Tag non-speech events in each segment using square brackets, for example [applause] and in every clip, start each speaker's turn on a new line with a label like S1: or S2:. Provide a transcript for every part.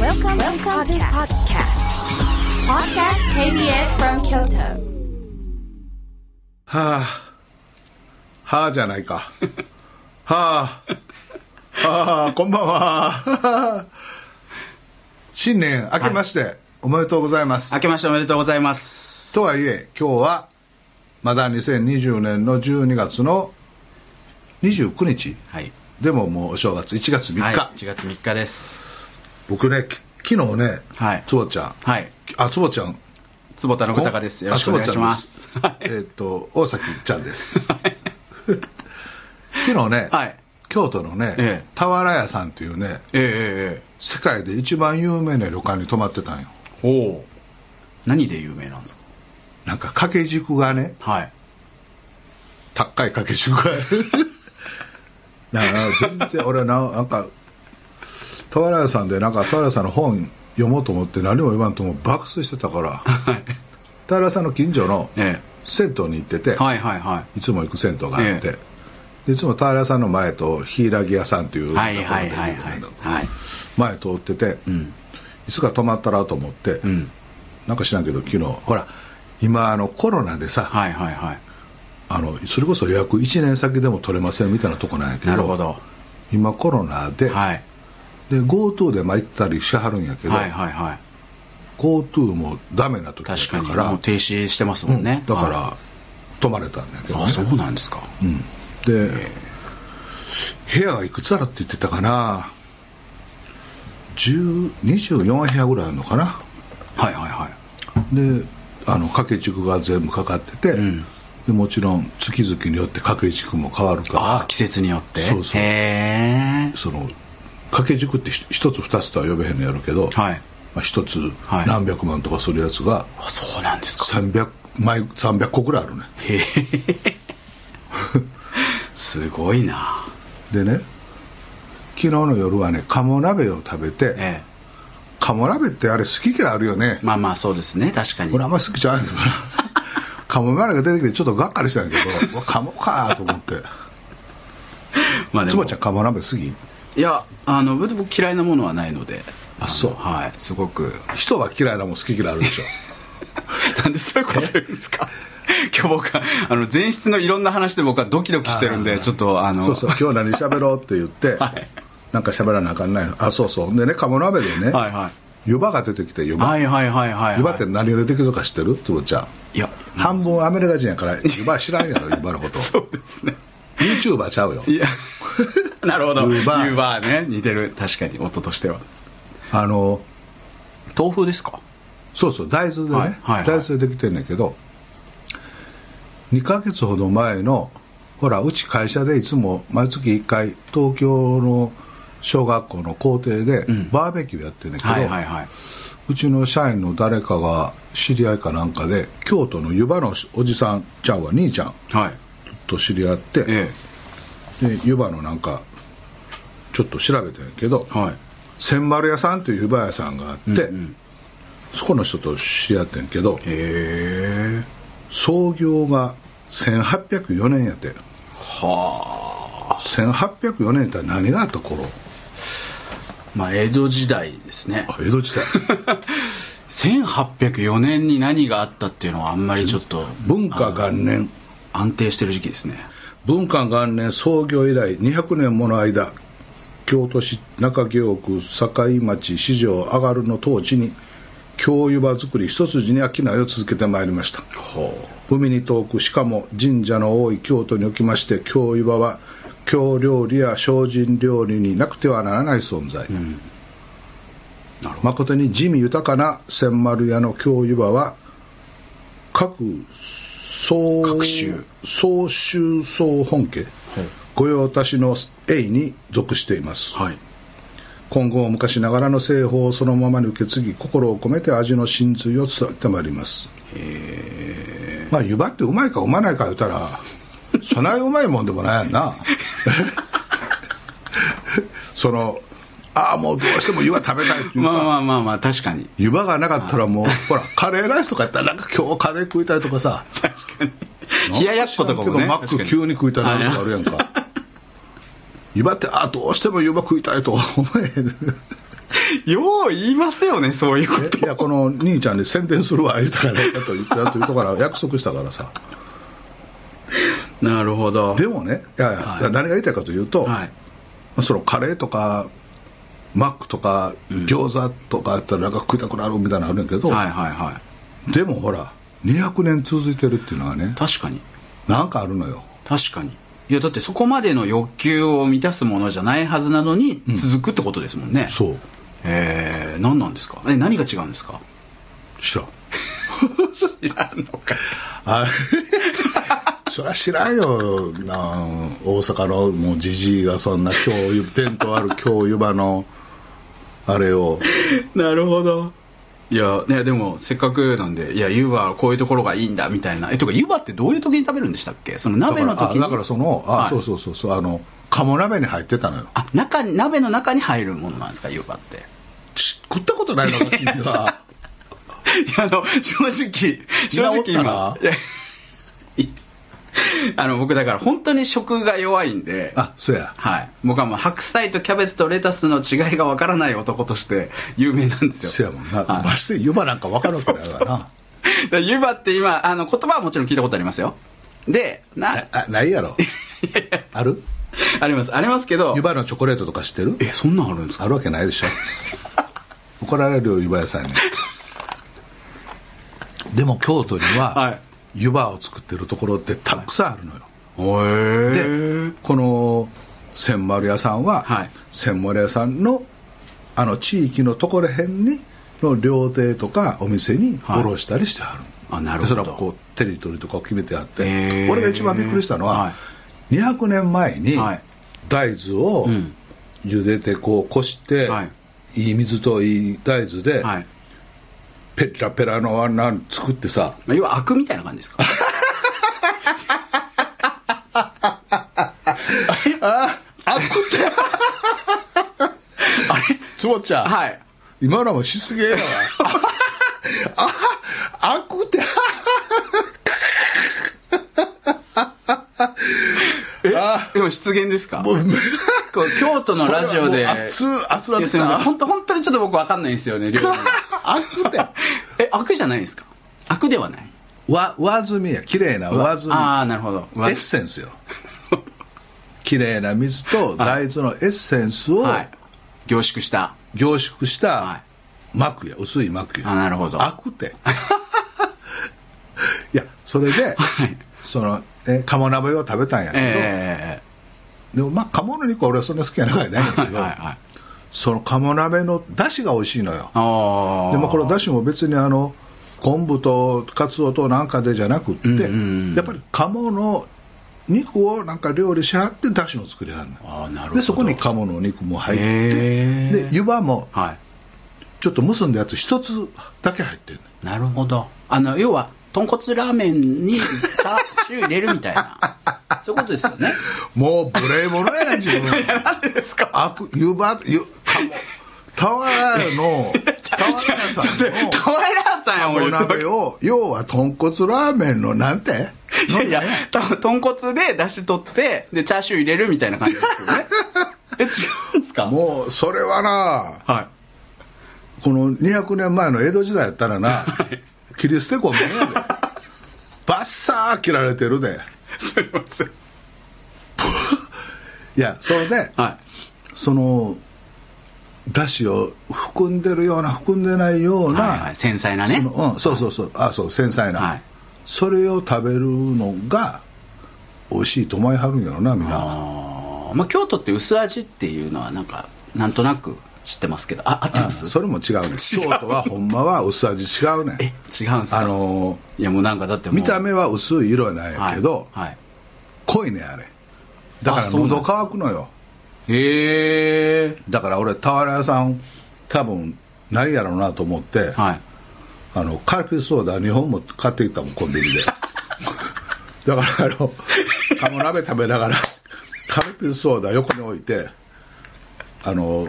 S1: Welcome, to the podcast. Podcast KBS from Kyoto.
S2: はあ、はあじゃないか。 [laughs] はあ、はあ、こんばんは。はあ [laughs] 新年明けまして、おめでとうございます
S3: 明。けましておめでとうございます。
S2: とはいえ、今日は、まだ2020年の12月の29日。
S3: はい。
S2: でももうお正月1月3日。
S3: はい、1月3日です。
S2: 僕ね、き昨日ね、
S3: はい
S2: つぼちゃん、
S3: はい。
S2: あ、つぼちゃん、
S3: 坪田信孝です。よろしくお願いします。
S2: あつぼ
S3: は
S2: ちゃんです
S3: い。
S2: えっと、大崎ちゃんです。 [laughs] 昨日ね、
S3: はい。
S2: 京都のね、
S3: ええ
S2: 俵屋さんっていうね
S3: えええええ
S2: 世界で一番有名な旅館に泊まってたんよ
S3: え。おお。何で有名なんです
S2: なんか掛け軸がね
S3: かはい。
S2: 高い掛け軸がある [laughs] なんか全然俺ななんか俵屋さんでなんか俵屋さんの本読もうと思って何も言わんともう爆睡してたから
S3: はい。
S2: 俵屋さんの近所の
S3: え
S2: 銭湯に行ってて、、
S3: え。はいはいはい
S2: つも行く銭湯があって、
S3: え
S2: でいつも俵屋さんの前と柊屋さんという
S3: い。はいはいはいはい。はい。
S2: 前通ってて、
S3: うん。
S2: いつか泊まったらと思って、
S3: うん。
S2: なんか知らんけど昨日ほら今あのコロナでさ、
S3: はいはいはい。
S2: あのそれこそ予約1年先でも取れませんみたいなとこなんやけど
S3: なるほど。
S2: 今コロナで,、
S3: はい。
S2: で GoTo でまあ行ったりしはるんやけど、
S3: はいはいはい。
S2: GoTo もダメな時だっ
S3: 確
S2: た
S3: かに。
S2: から
S3: もう停止してますもんね。
S2: うんだから、
S3: は
S2: 泊まれたんだけ
S3: い。
S2: ど、ね
S3: あ、そうなんですか。
S2: うんで部屋がいくつあるって言ってたかな10 24部屋ぐらいあるのかな
S3: はいはいはい。
S2: であの掛け軸が全部かかってて、
S3: うん
S2: でもちろん月々によって掛け軸も変わる
S3: あ
S2: か
S3: 季節によって。
S2: そうそう
S3: へえ
S2: ら。その掛け軸ってひ一つ二つとは呼べへんのやろうけど、
S3: はい。
S2: まあ、一つ
S3: はい
S2: 何百万とかするやつが
S3: あ、そうなんですか。
S2: 300枚300個ぐらいあるね
S3: へえすごいな
S2: でね昨日の夜はね鴨鍋を食べて、
S3: え
S2: 鴨鍋ってあれ好き嫌いあるよね
S3: え、まあまあそうですね確かに
S2: 俺あんまり好きじゃないけどな
S3: [laughs]
S2: 鴨鍋が出てきてちょっとがっかりしたんやけど
S3: [laughs]
S2: うわ鴨かーと思って
S3: まあで
S2: つ
S3: も
S2: ばちゃん鴨鍋好き
S3: いやあの僕僕嫌いなものはないので
S2: あそう
S3: のはいすごく [laughs]
S2: 人は嫌いなもん好き嫌いあるでしょ
S3: なんでそういうこと言うんですか今日僕はあの前室のいろんな話で僕はドキドキしてるんでちょっとあの
S2: そうそう今日何喋ろうって言って、
S3: はい
S2: なんか喋らなあかんないのあそうそうでね鴨鍋でね、
S3: はいはい
S2: 湯葉が出てきて湯葉、
S3: はいはいはいはい
S2: 湯葉っ
S3: は
S2: て何が出てくるか知ってるつぼちゃん
S3: いいや
S2: 半分アメリカ人やから湯葉知らんやろ湯葉の
S3: [laughs]
S2: こと
S3: そうですね
S2: YouTuber ちゃうよ
S3: いや [laughs] なるほど
S2: ユーバー
S3: ユーバーね似てる確かに音としては
S2: あの
S3: 豆腐ですか
S2: そうそう大豆でね、
S3: はいはいはい
S2: 大豆でできてんねんけど2ヶ月ほど前のほらうち会社でいつも毎月1回東京の小学校の校庭で
S3: ん
S2: バーベキューやってんねんけど、
S3: はいはいはいう
S2: ちの社員の誰かが知り合いかなんかで京都の湯葉のおじさんちゃんは兄ちゃん
S3: はい
S2: と知り合って、
S3: え
S2: で湯葉のなんかちょっと調べてんけど
S3: えはい
S2: 千丸屋さんという湯葉屋さんがあって、
S3: うんうん
S2: そこの人と知り合ってんけど
S3: へえ
S2: 創業が1804年やって
S3: はあ
S2: 1804年って何があった頃
S3: まあ江戸時代ですね
S2: あ江戸
S3: [laughs]
S2: 時代
S3: 1804年に何があったっていうのはあんまりちょっと
S2: 文化元年
S3: 安定してる時期ですね
S2: 文化元年創業以来200年もの間京都市中京区堺町四条上がるの当地に京湯葉作り一筋に商いを続けてまいりました海に遠くしかも神社の多い京都におきまして京湯葉は京料理や精進料理になくてはならない存在、誠に地味豊かな千丸屋の京湯葉は各総
S3: 各州
S2: 総州総本家、御用達の栄に属しています、
S3: はい
S2: 今後も昔ながらの製法をそのままに受け継ぎ心を込めて味の真髄を伝えてまいりますまあ湯葉ってうまいかうまないか言うたらそないうまいもんでもないやんな [laughs] そのああもうどうしても湯葉食べたいっていうか、
S3: まあまあまあまあ確かに
S2: 湯葉がなかったらもう、ほらカレーライスとかやったらなんか今日カレー食いたいとかさ
S3: 確かに冷ややっこと
S2: 知ら
S3: か
S2: ん
S3: も
S2: けど
S3: ね
S2: マッ
S3: 確か
S2: ク急に食いたいなとかある
S3: あ
S2: やんか湯葉ってああどうしても湯葉食いたいとは思えへん
S3: [laughs] よう言いますよね、そういうこと。
S2: いやこの兄ちゃんに宣伝するわ言うたからやっと言ってやっと言うとから約束したからさ
S3: なるほど。
S2: でもねいやいや、
S3: は
S2: 何
S3: い
S2: が言いたいかというと、
S3: はい。
S2: そのカレーとかマックとか餃子とかやったらなんか食いたくなるみたいなのあるんやけど、
S3: はいはいはい。
S2: でもほら200年続いてるっていうのはね
S3: 確かに。
S2: なんかあるのよ
S3: 確かに。いや、だってそこまでの欲求を満たすものじゃないはずなのに、続くってことですもんね。
S2: そう
S3: えー、何なんですかえ、何が違うん
S2: [laughs]
S3: ですか
S2: 知らん
S3: 知らんのか。
S2: あ [laughs] そりゃ知らんよな大阪のもうじじいがそんな教湯伝統ある教湯場のあれを
S3: なるほど。いや、ね、でも、せっかくなんで、いや、湯葉はこういうところがいいんだ、みたいな。え、とか、湯葉ってどういう時に食べるんでしたっけその
S2: だ
S3: 鍋
S2: から
S3: の時
S2: あ
S3: に。
S2: だからそのあ、
S3: はい
S2: そうそうそうそうあの鴨鍋に入ってたのよ
S3: あ中に鍋の中に入るものなんですか湯葉 [laughs] ってい
S2: ち食ったことないの
S3: [laughs]
S2: か君は
S3: やあの正直正直
S2: みんなお
S3: 今
S2: ったない
S3: [laughs] やいあの僕だから本当に食が弱いんで
S2: あそうや
S3: はい僕はもう白菜とキャベツとレタスの違いがわからない男として有名なんですよ
S2: そうやもんな、
S3: はい
S2: まして湯葉なんか分かるわけないからな
S3: だから湯葉って今あの言葉はもちろん聞いたことありますよでな
S2: あないやろある
S3: [laughs] ありますありますけど
S2: 湯葉のチョコレートとか知ってる
S3: えそんなんあるんですか
S2: あるわけないで
S3: [laughs]
S2: しょ怒られるよ湯葉屋さんにでも京都に
S3: は
S2: はい湯葉を作ってるところってたくさんあるのよ、
S3: へー
S2: でこの千丸屋さんは、
S3: はい
S2: 千丸屋さんのあの地域のところへんにの料亭とかお店に
S3: はい
S2: 卸したりしてはる、
S3: あなる
S2: で
S3: ほど
S2: それはこうテリトリーとかを決めてあって、
S3: へー
S2: 俺が一番びっくりしたのは、
S3: は
S2: 200年前に
S3: はい
S2: 大豆を
S3: うん
S2: 茹でてこうこして、、
S3: はい
S2: い水といい大豆で、
S3: はい
S2: ペラペラのあんなん作ってさ
S3: まあ、要は悪みたいな感じですか [laughs]
S2: あ食って
S3: あれ
S2: つぼっちゃん、
S3: はい
S2: 今のはもうしす
S3: [laughs]
S2: げえなああくてあ
S3: でも失言ですか
S2: もう
S3: こう京都のラジオで。
S2: それはもう熱熱なってき
S3: いやすみません。
S2: た
S3: 本当本当にちょっと僕わかんないんですよね。 [laughs] 料理
S2: あくて
S3: え悪じゃないですか。悪ではない。
S2: わ上澄みや綺麗な上澄み
S3: ああなるほど。
S2: エッセンス
S3: [laughs]
S2: よ綺麗な水と大豆のエッセンスを
S3: はい。凝縮した。
S2: 凝縮した
S3: は
S2: 膜や薄い膜
S3: あな
S2: や
S3: るほど。
S2: あくて [laughs] いやそれ
S3: [laughs]
S2: で
S3: はい。
S2: そのえ鴨鍋を食べたんやけど、
S3: え
S2: でもまあ鴨の肉は俺はそんな好きやないんだ
S3: え
S2: け
S3: はい
S2: ど、
S3: はいはい。
S2: その鴨鍋の出汁が美味しいのよ
S3: ああ。
S2: でもこの出汁も別にあの昆布とカツオとなんかでじゃなくって、
S3: うんうんうん
S2: やっぱり鴨の肉をなんか料理しはって出汁を作りはんの
S3: ああなるほど。
S2: でそこに鴨の肉も入って、
S3: へえ
S2: で湯葉も
S3: はい。
S2: ちょっと結んだやつ一つだけ入ってる
S3: なるほど。あの要は豚骨ラーメンにチャーシュー入れるみたい [laughs] な。そういうことですよね。
S2: もう無礼者やな自分
S3: [laughs] なんでですか。
S2: 悪湯葉湯鴨俵の俵屋
S3: ちょっと
S2: さんの
S3: 河原さんも
S2: お
S3: 言って
S2: 鍋を要は豚骨ラーメンのなんて
S3: いやいや、多分豚骨で出汁取って、で、チャーシュー入れるみたいな感じですよね。 [laughs] え、違うんですか
S2: もうそれはな
S3: は
S2: この200年前の江戸時代やったら
S3: [laughs]
S2: な切り捨てこめんやでバッサー切られてるで
S3: い。すいません。
S2: いやそれで
S3: は
S2: そのだしを含んでるような含んでないよう
S3: い。
S2: な、
S3: はいはい、繊細なね
S2: そ。のうん、そうそうそうあそう繊細な、
S3: はい
S2: それを食べるのが美味しいと思いはるんやろなみんな
S3: あーまあ、京都って薄味っていうのは、なんか、なんとなく知ってますけど、あ、合って
S2: あ
S3: ます
S2: それも違うね京都はほんまは薄味違うね
S3: え、違うんですか
S2: あのー
S3: いや、もうなんかだってもう
S2: 見た目は薄い色なん
S3: は
S2: や
S3: い
S2: けど、
S3: はい。
S2: 濃いねあれだか
S3: あ
S2: ら
S3: そうなん
S2: 喉
S3: です
S2: 乾くのよ
S3: へえ。
S2: だから俺俵屋さん多分ないやろうなと思って、
S3: はい。
S2: あのカルピスソーダ2本も買ってきたもんコンビニで [laughs] だからあの鴨鍋食べながらカルピスソーダ横に置いてあの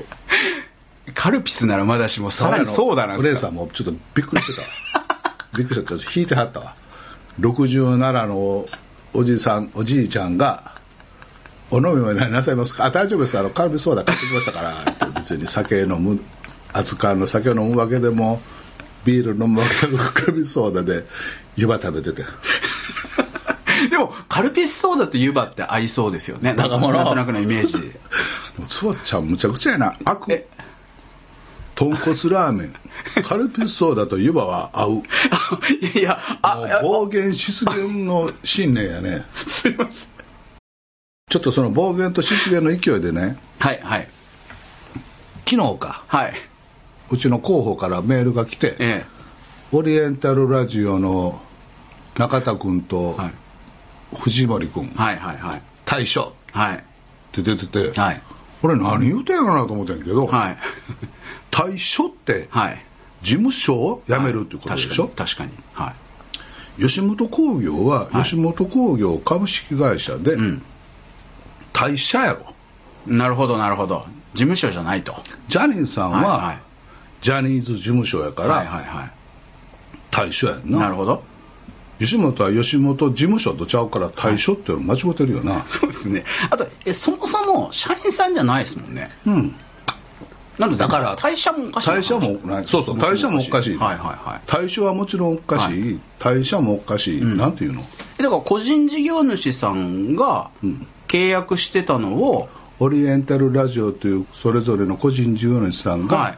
S3: カルピスならまだしも、さらにそうだなん
S2: お
S3: で
S2: 姉
S3: す
S2: さ
S3: か。
S2: んもちょっとびっくりして
S3: [laughs]
S2: たわびっくりしてた引いてはったわ67のおじさんおじいちゃんが「お飲み物何なさいますかあ大丈夫ですあのカルビソーダ買ってきましたから」って別に酒飲む熱燗の酒を飲むわけでもビール飲むわけでもクミソーダで湯葉食べてて
S3: でもカルピスソーダと湯葉って合いそうですよねなんか
S2: だから
S3: なんとなくのイメー
S2: [laughs]
S3: ジ
S2: もうつばちゃんむちゃくちゃやな悪
S3: え
S2: 豚骨ラーメ
S3: [laughs]
S2: ンカルピスソーダと湯葉は合う
S3: あいやいやあ
S2: もう
S3: あ
S2: 暴言失言の信念やね
S3: すいません
S2: ちょっとその暴言と失言の勢いでね
S3: はいはい
S2: 昨日か
S3: はいう
S2: ちの広報からメールが来て、
S3: え
S2: オリエンタルラジオの中田君と
S3: えはい
S2: 藤森君、
S3: はいはいはい
S2: 大将
S3: はい
S2: って出てて、
S3: はい
S2: 俺何言うてんやろなと思ってんけど、
S3: はい
S2: 大将って
S3: はい
S2: 事務所を辞めるっていうことでしょ、
S3: 確かに確かにはい
S2: 吉本興業は
S3: はい
S2: 吉本興業株式会社で
S3: ん
S2: 退社やろ、
S3: なるほどなるほど事務所じゃないと
S2: ジャニーさん
S3: は
S2: はジャニーズ事務所やか
S3: いはいはい
S2: ら
S3: はいは
S2: 退所やん
S3: い
S2: な,、
S3: なるほど
S2: 吉本は吉本事務所とちゃうから退所っていうの間違ってるよな、
S3: そうですねあとえそもそも社員さんじゃないですもんね
S2: うん
S3: なので
S2: だから
S3: 退社もおかしい
S2: 退社もないそうそう退社もおかしい
S3: はいはいはい
S2: 退所はもちろんおかしい、退社もおかしい、
S3: ん
S2: なんていうの
S3: えだから個人事業主さんが
S2: ん
S3: 契約してたのを、
S2: オリエンタルラジオというそれぞれの個人事業主さん
S3: は
S2: が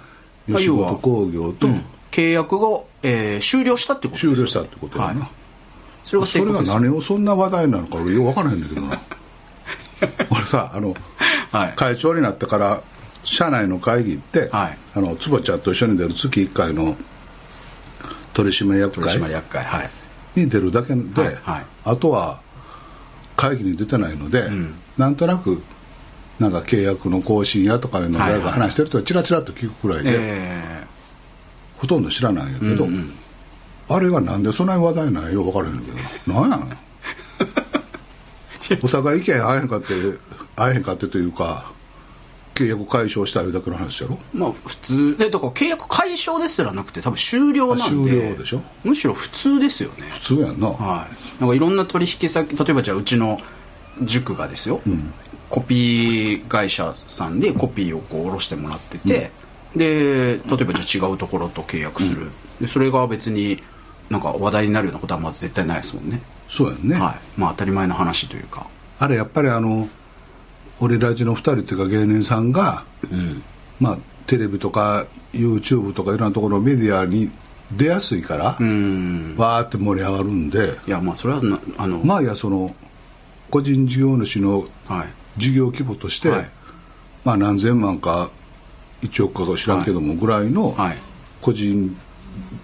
S3: い
S2: 吉本興業と
S3: 契約を、えー終了したってこと
S2: 終了したってことやな、
S3: はいそれが
S2: それ
S3: 正確
S2: が
S3: です
S2: 何をそんな話題なのか俺よく分からへんねんだけど [laughs] な俺さあの
S3: はい
S2: 会長になってから社内の会議って、
S3: はい
S2: あの坪ちゃんと一緒に出る月1回の取締役
S3: 取
S2: 会
S3: 締役会はい
S2: に出るだけで、
S3: はいはい
S2: あとは会議に出てないので、
S3: ん
S2: なんとなくなんか契約の更新やとかいうのを
S3: はいは
S2: 誰
S3: い
S2: か話してるとちらちらっと聞くくらいで、
S3: え
S2: ほとんど知らないんやけ
S3: ー
S2: ど、
S3: うんうん
S2: あれがなんでそんなに話題ないよ分からへんけどなん
S3: [laughs]
S2: やのお互い意見合えへんかって合えへんかってというか契約解消したいうだけの話やろ
S3: まあ普通でだから契約解消ですらなくて多分終了なんで
S2: あ終了でしょ
S3: むしろ普通ですよね
S2: 普通やんな、
S3: はいなんかいろんな取引先例えばじゃあうちの塾がですよ、
S2: ん
S3: コピー会社さんでコピーをこう卸してもらってて、で例えばじゃあ違うところと契約する、でそれが別になんか話題になるようなことはまず絶対ないですもんね
S2: そうやんね、
S3: はいまあ当たり前の話というか
S2: あれやっぱりあの俺ラジの2人っていうか芸人さんが、まあテレビとか YouTube とかいろんなところのメディアに出やすいから、
S3: うん
S2: わーって盛り上がるんで
S3: いやまあそれはなあの、
S2: まあいやその個人事業主の
S3: はい
S2: 事業規模として、
S3: はい
S2: まあ何千万か1億か知らんけどもぐらいの
S3: はい
S2: 個人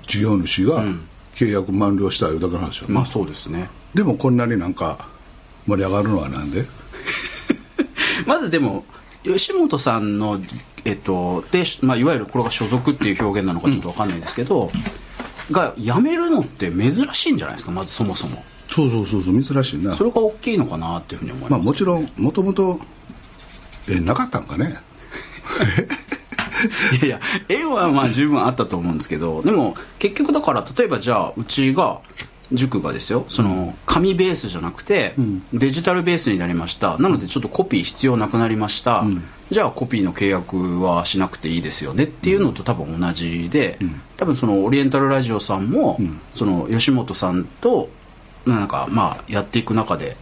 S2: 事業主が
S3: ん
S2: 契約満了したいうだけの話よね、
S3: まあそうですね
S2: でもこんなになんか盛り上がるのはなんで
S3: まずでも吉本さんの、えっとでまあ、いわゆるこれが所属っていう表現なのかちょっと分かんないですけど、が辞めるのって珍しいんじゃないですかまずそもそも
S2: そうそうそうそう珍しいな
S3: それが大きいのかなっていうふうに思います、
S2: まあもちろんもともと縁なかったんかね
S3: いやいや縁はまあ十分あったと思うんですけどでも結局だから例えばじゃあうちが塾がですよその紙ベースじゃなくて
S2: うん
S3: デジタルベースになりましたなのでちょっとコピー必要なくなりました、
S2: ん
S3: じゃあコピーの契約はしなくていいですよねっていうのと多分同じで、多分そのオリエンタルラジオさんも、
S2: うん
S3: その吉本さんとなんかまあやっていく中で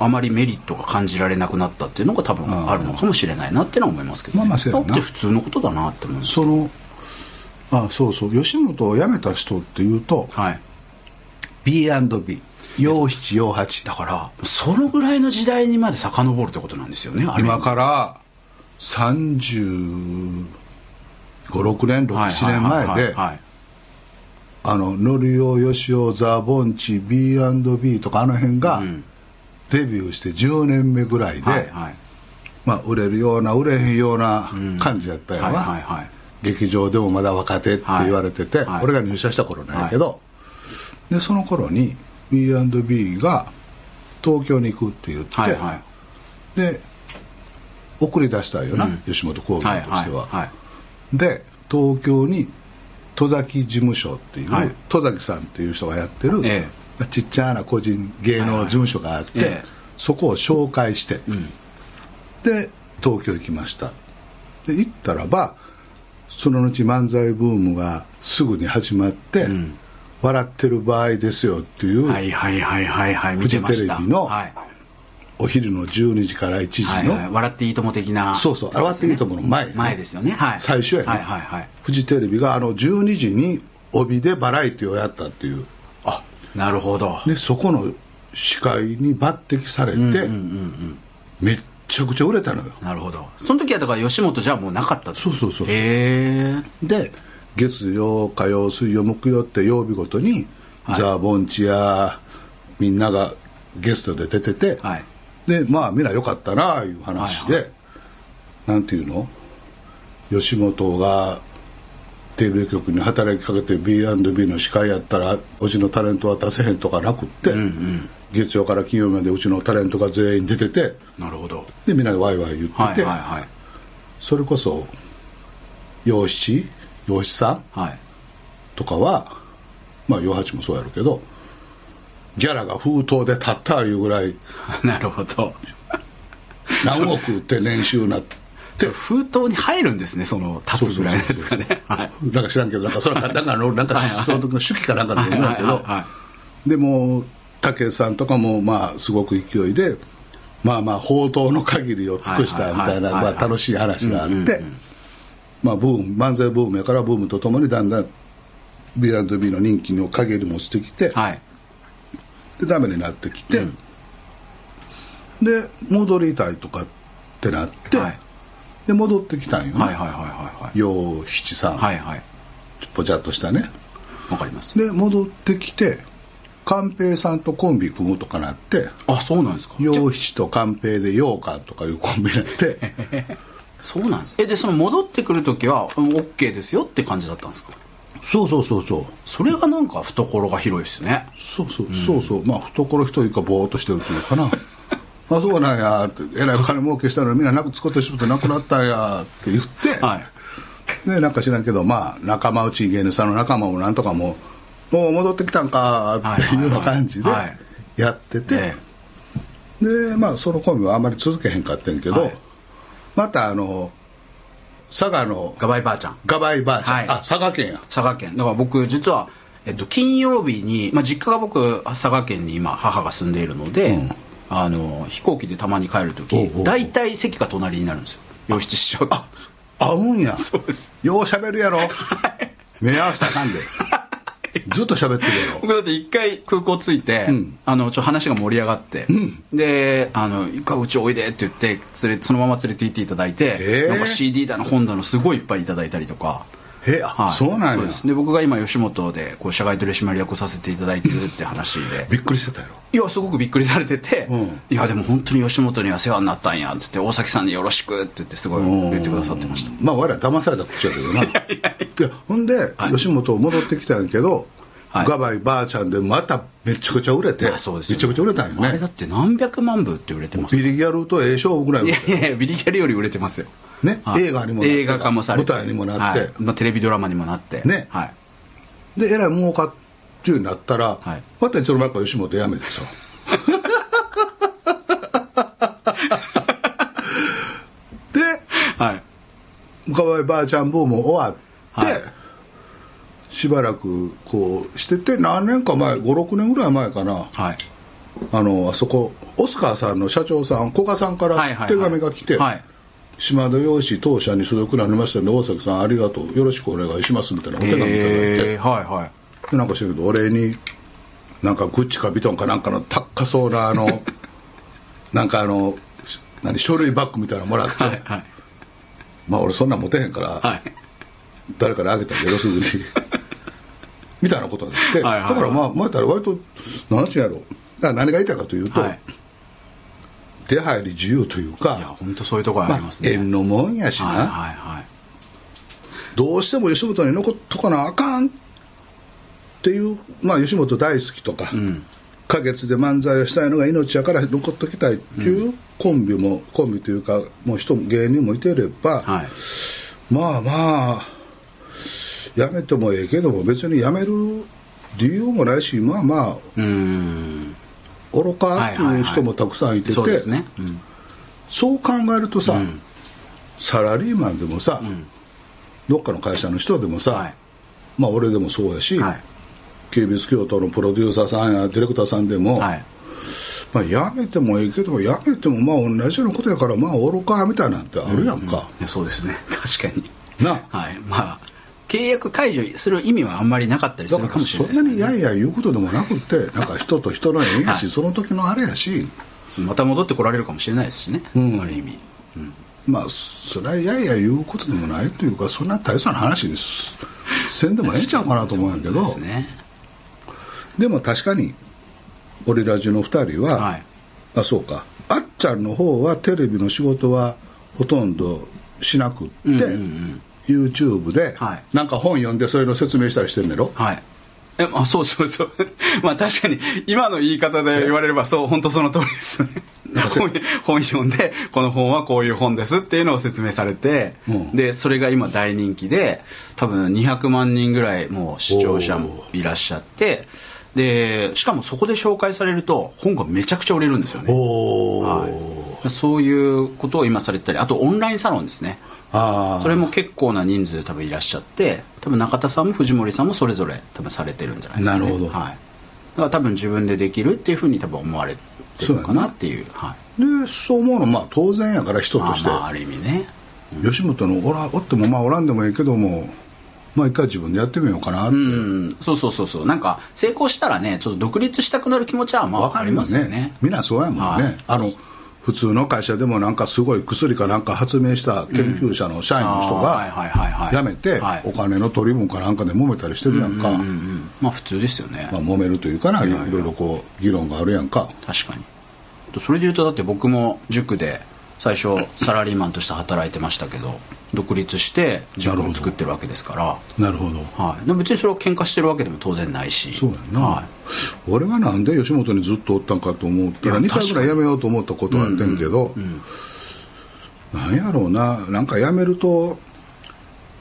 S3: あまりメリットが感じられなくなったっていうのが多分あるのかもしれないなっていうのは思いますけど、
S2: まあまあそうやな
S3: だって普通のことだなって思うんです
S2: そのあそうそう吉本を辞めた人っていうと
S3: はい
S2: B&B 陽七陽八
S3: だからそのぐらいの時代にまで遡るってことなんですよねある意味
S2: 今から356年
S3: はい
S2: 67年前
S3: はいは
S2: で
S3: いはいはい
S2: あののりおよしおザ・ボンチ B&B とかあの辺が
S3: うん
S2: デビューして10年目ぐらいで、
S3: はいはい
S2: まあ、売れるような売れへんような感じやったよな、
S3: はいはいはい
S2: 劇場でもまだ若手って言われてて、
S3: はいはい
S2: 俺が入社した頃なんやけど、でその頃に B&B が東京に行くって言って、
S3: はいはい
S2: で送り出したよな、
S3: うん
S2: 吉本興業としては、
S3: はいはいはい
S2: で東京に戸崎事務所っていう、
S3: はい
S2: 戸崎さんっていう人がやってる、
S3: ええ
S2: まあちっちゃな個人芸能事務所があって、
S3: はいはいええ
S2: そこを紹介して、
S3: うん
S2: で東京行きましたで行ったらばその後漫才ブームがすぐに始まって、
S3: ん
S2: 笑ってる場合ですよっていう、
S3: はいはいはいはいはい見てました
S2: フジテレビの
S3: はい
S2: お昼の12時から1時
S3: はい
S2: の、
S3: はい笑っていいとも的な
S2: そうそう
S3: ですね
S2: 笑っていいともの前
S3: 前ですよねはい
S2: 最初やね
S3: はいはいはい
S2: フジテレビがあの12時に帯でバラエティをやったっていう
S3: あなるほど
S2: でそこの司会に抜擢されて、
S3: うんうんうんうん
S2: めっちゃくちゃ売れたのよ
S3: なるほどその時はだから吉本じゃもうなかったって
S2: そ
S3: こと
S2: うそうそうそう
S3: へえ
S2: で月曜火曜水曜木曜って曜日ごとに、
S3: はい
S2: ザ・ボンチやみんながゲストで出てて、
S3: はい
S2: でまあみんなよかったなあいう話で、
S3: はい
S2: なんていうの吉本がテレビ局に働きかけて B&B の司会やったらうちのタレントは出せへんとかなくって、
S3: うんうん
S2: 月曜から金曜までうちのタレントが全員出てて
S3: なるほど
S2: でみんなでワイワイ言ってて、
S3: はいはいはい
S2: それこそ洋七洋七さん
S3: はい
S2: とかはまあ洋八もそうやるけどギャラが封筒でたったいうぐらい
S3: [laughs] なるほど
S2: 何億って年収なって
S3: そう封筒に入るんですねその立つぐらいのやつが
S2: [laughs]
S3: ねはい
S2: なんか知らんけどなんかそれなんかあのなんか
S3: はいはい
S2: その時の手記かなんかで思うんだけ
S3: はい
S2: ど
S3: はいはい
S2: でも武さんとかもまあすごく勢いでまあまあ報道の限りを尽くしたみたいな
S3: はいはいはい
S2: ま
S3: は
S2: あ
S3: い
S2: 楽しい話があって、
S3: うんうんうん
S2: まあブーム漫才ブームやからブームとともにだんだん B&B の人気の陰りもしてきて、
S3: はい
S2: でダメになってきて、
S3: うん
S2: で戻りたいとかってなって、
S3: はい
S2: で戻ってきたんよ、
S3: はいはいはいはい
S2: 陽七さん、
S3: はいはいはい
S2: ぽちゃっとしたね
S3: わかります
S2: で戻ってきて寛平さんとコンビ組むとかなって
S3: あそうなんですかじゃ
S2: 陽七と寛平で陽寛とかいうコンビになって
S3: [laughs] そうなんですえでその戻ってくる時はうんオッケーですよって感じだったんですか
S2: そうそうそうそう
S3: それがなんか懐が広いですね
S2: そうそうそうそうまあ懐一人かぼーっとしてるというかな [laughs] あそうなんやってえらい金儲けしたのにみんななく使ってしまってなくなったんやって言って、
S3: はい
S2: でなんか知らんけどまあ仲間内芸人さんの仲間もなんとかも「もう戻ってきたんか」っていうような感じで
S3: はいはいはい
S2: やってて、
S3: え
S2: でまあそのコンビはあんまり続けへんかってんけど、
S3: はい
S2: またあの佐賀の
S3: えガバイばあちゃん
S2: ガバイばあちゃん、
S3: はい
S2: あ佐賀県や
S3: 佐賀県だから僕実は、えっと、金曜日に、まあ、実家が僕佐賀県に今母が住んでいるので、
S2: うん
S3: あの飛行機でたまに帰る
S2: おう
S3: 時
S2: おうおう
S3: 大体席が隣になるんですよ洋七師匠が
S2: 合うんや
S3: そうです
S2: よう喋るやろ目合わせたらあかんでずっと喋ってるやろ
S3: 僕だって一回空港着いて、
S2: うん
S3: あのちょっと話が盛り上がって、
S2: うん
S3: であの「一回うちおいで」って言って連れそのまま連れて行っていただいて、
S2: へえ
S3: なんか CD だの本だのすごいいっぱいいただいたりとか。
S2: えあ、そうなんや
S3: そうですで僕が今吉本でこう社外取締役をさせていただいてるって話 [laughs] で
S2: びっくりしてたやろ
S3: いやすごくびっくりされてて、
S2: うん
S3: いやでも本当に吉本には世話になったんやって言って大崎さんによろしくって言ってすごい言ってくださってました
S2: まあ我ら騙された口やけどないやほんで、
S3: はい
S2: 吉本戻ってきたんやけど、
S3: はい
S2: ガバイばあちゃんでまためちゃくちゃ売れて、
S3: あそうです
S2: め
S3: よ
S2: ちゃくちゃ売れたんよ
S3: あれ
S2: ね
S3: だって何百万部って売れてます
S2: ビリギャルとええ勝負ぐらい売
S3: い
S2: れ
S3: や
S2: た
S3: いやいやビリギャルより売れてますよ
S2: ね
S3: はい
S2: 映画にもなって
S3: 映画化もされて
S2: 舞台にもなって
S3: はいまあ、テレビドラマにもなって
S2: ね
S3: はい
S2: でえらい儲かっちゅうようになったら、
S3: はい
S2: またそのばっか吉本辞めてさ [laughs] で
S3: はい
S2: ガバイばあちゃんブーム終わって、
S3: はい
S2: しばらくこうしてて何年か前56年ぐらい前かな
S3: はい
S2: あのあそこオスカーさんの社長さん古賀さんか
S3: はい
S2: ら
S3: はい
S2: 手紙が来て、
S3: はい
S2: 島田洋志当社に所属になりましたんで大崎さんありがとうよろしくお願いしますみたいなお手紙いただいて、
S3: えー、はいはい
S2: でなんかしてるけど俺になんかグッチかビトンかなんかの高そうなあ
S3: [laughs]
S2: のなんかあのし何書類バッグみたいなのもらって、
S3: はいはい
S2: まあ俺そんなん持てへんから、
S3: はい
S2: 誰からあげたけどすぐ
S3: [laughs]
S2: にみたいなことになって
S3: はいはいはい
S2: だからまあまあ言ったら割と何ちゅうんやろだから何が言いたいかというと、
S3: はい
S2: 出入り自由というか
S3: いや本当そういうところ
S2: ま
S3: あ
S2: あ
S3: りますね、
S2: 縁のもんやしな、
S3: はいはいはい
S2: どうしても吉本に残っとかなあかんっていう、まあ、吉本大好きとか、
S3: ん
S2: 花月で漫才をしたいのが命やから残っときたいっていうコンビも、コンビというかもう人も芸人もいてれば、
S3: はい
S2: まあまあやめてもええけども別にやめる理由もないしまあまあ
S3: うーん
S2: 愚かっていう人もたくさんいてて、
S3: そうですね、うん
S2: そう考えるとさ、
S3: うん
S2: サラリーマンでもさ、
S3: ん
S2: どっかの会社の人でもさ、
S3: はい
S2: まあ俺でもそうやし、
S3: はい、
S2: KBS 京都のプロデューサーさんやディレクターさんでも、
S3: はい、
S2: まあ、やめてもいいけどやめてもまあ同じようなことやからまあ愚かみたいなんてあるやんか、
S3: いやそうですね確かに
S2: な
S3: はいまあ契約解除する意味はあんまりなかったりす
S2: だ
S3: る
S2: か
S3: からもし
S2: そ
S3: れない
S2: ん
S3: です
S2: な
S3: けど
S2: に
S3: ね
S2: やいや言うことでもなくって
S3: [laughs]
S2: なんか人と人の縁やし、
S3: はい
S2: その時のあれやし
S3: また戻ってこられるかもしれないですしね、
S2: うん
S3: ある意味
S2: まあそれはやいや言うことでもないというかそんな大層な話ですせんでもええんちゃうかなと思うんやけど
S3: そうですね
S2: でも確かに俺ら中の2人は、
S3: はい
S2: あそうかあっちゃんの方はテレビの仕事はほとんどしなくって、
S3: うんうんうん
S2: YouTube で、
S3: はい
S2: なんか本読んでそれの説明したりしてんねやろ
S3: はいえあそうそうそう [laughs] まあ確かに今の言い方で言われればそう本当その通りですね本本読んでこの本はこういう本ですっていうのを説明されて、
S2: うん
S3: でそれが今大人気で多分200万人ぐらいもう視聴者もいらっしゃってでしかもそこで紹介されると本がめちゃくちゃ売れるんですよね
S2: おお、
S3: はい、そういうことを今されてたりあとオンラインサロンですね
S2: ああ
S3: それも結構な人数多分いらっしゃって多分中田さんも藤森さんもそれぞれ多分されてるんじゃないですか、
S2: な
S3: ね、
S2: るほど
S3: はい、だから多分自分でできるっていうふうに多分思われてるのかなっていうはい
S2: でそう思うのまあ当然やから人
S3: ま
S2: と
S3: あ
S2: して、
S3: まあある意味ね
S2: 吉本のおらおってもまあおらんでもいいけどもまあ一回自分でやってみようかなって、
S3: うんそうそうそうそうなんか成功したらねちょっと独立したくなる気持ちはまあ
S2: わ
S3: わ
S2: か
S3: か
S2: り
S3: り
S2: ま
S3: ますすよ
S2: ね
S3: ね
S2: みんなそうやもんね、
S3: はい
S2: あの普通の会社でもなんかすごい薬かなんか発明した研究者の社員の人
S3: あーはいはいはい
S2: が
S3: はい
S2: 辞めて
S3: はい
S2: お金の取り分かなんかで揉めたりしてるやんか、
S3: うんうんまあ普通ですよね、
S2: まあ、揉めるというかない
S3: やいや
S2: ろいろこう議論があるやんか
S3: 確かにそれで言うとだって僕も塾で最初サラリーマンとして働いてましたけど独立して塾を作ってるわけですから
S2: なるほど
S3: はい、でも別にそれを喧嘩してるわけでも当然ないし
S2: そうやんな、
S3: はい
S2: 俺がなんで吉本にずっとおったんかと思ったら
S3: い
S2: 2
S3: や
S2: 回ぐらい辞めようと思ったことはあってんけど、なんやろうななんか辞めると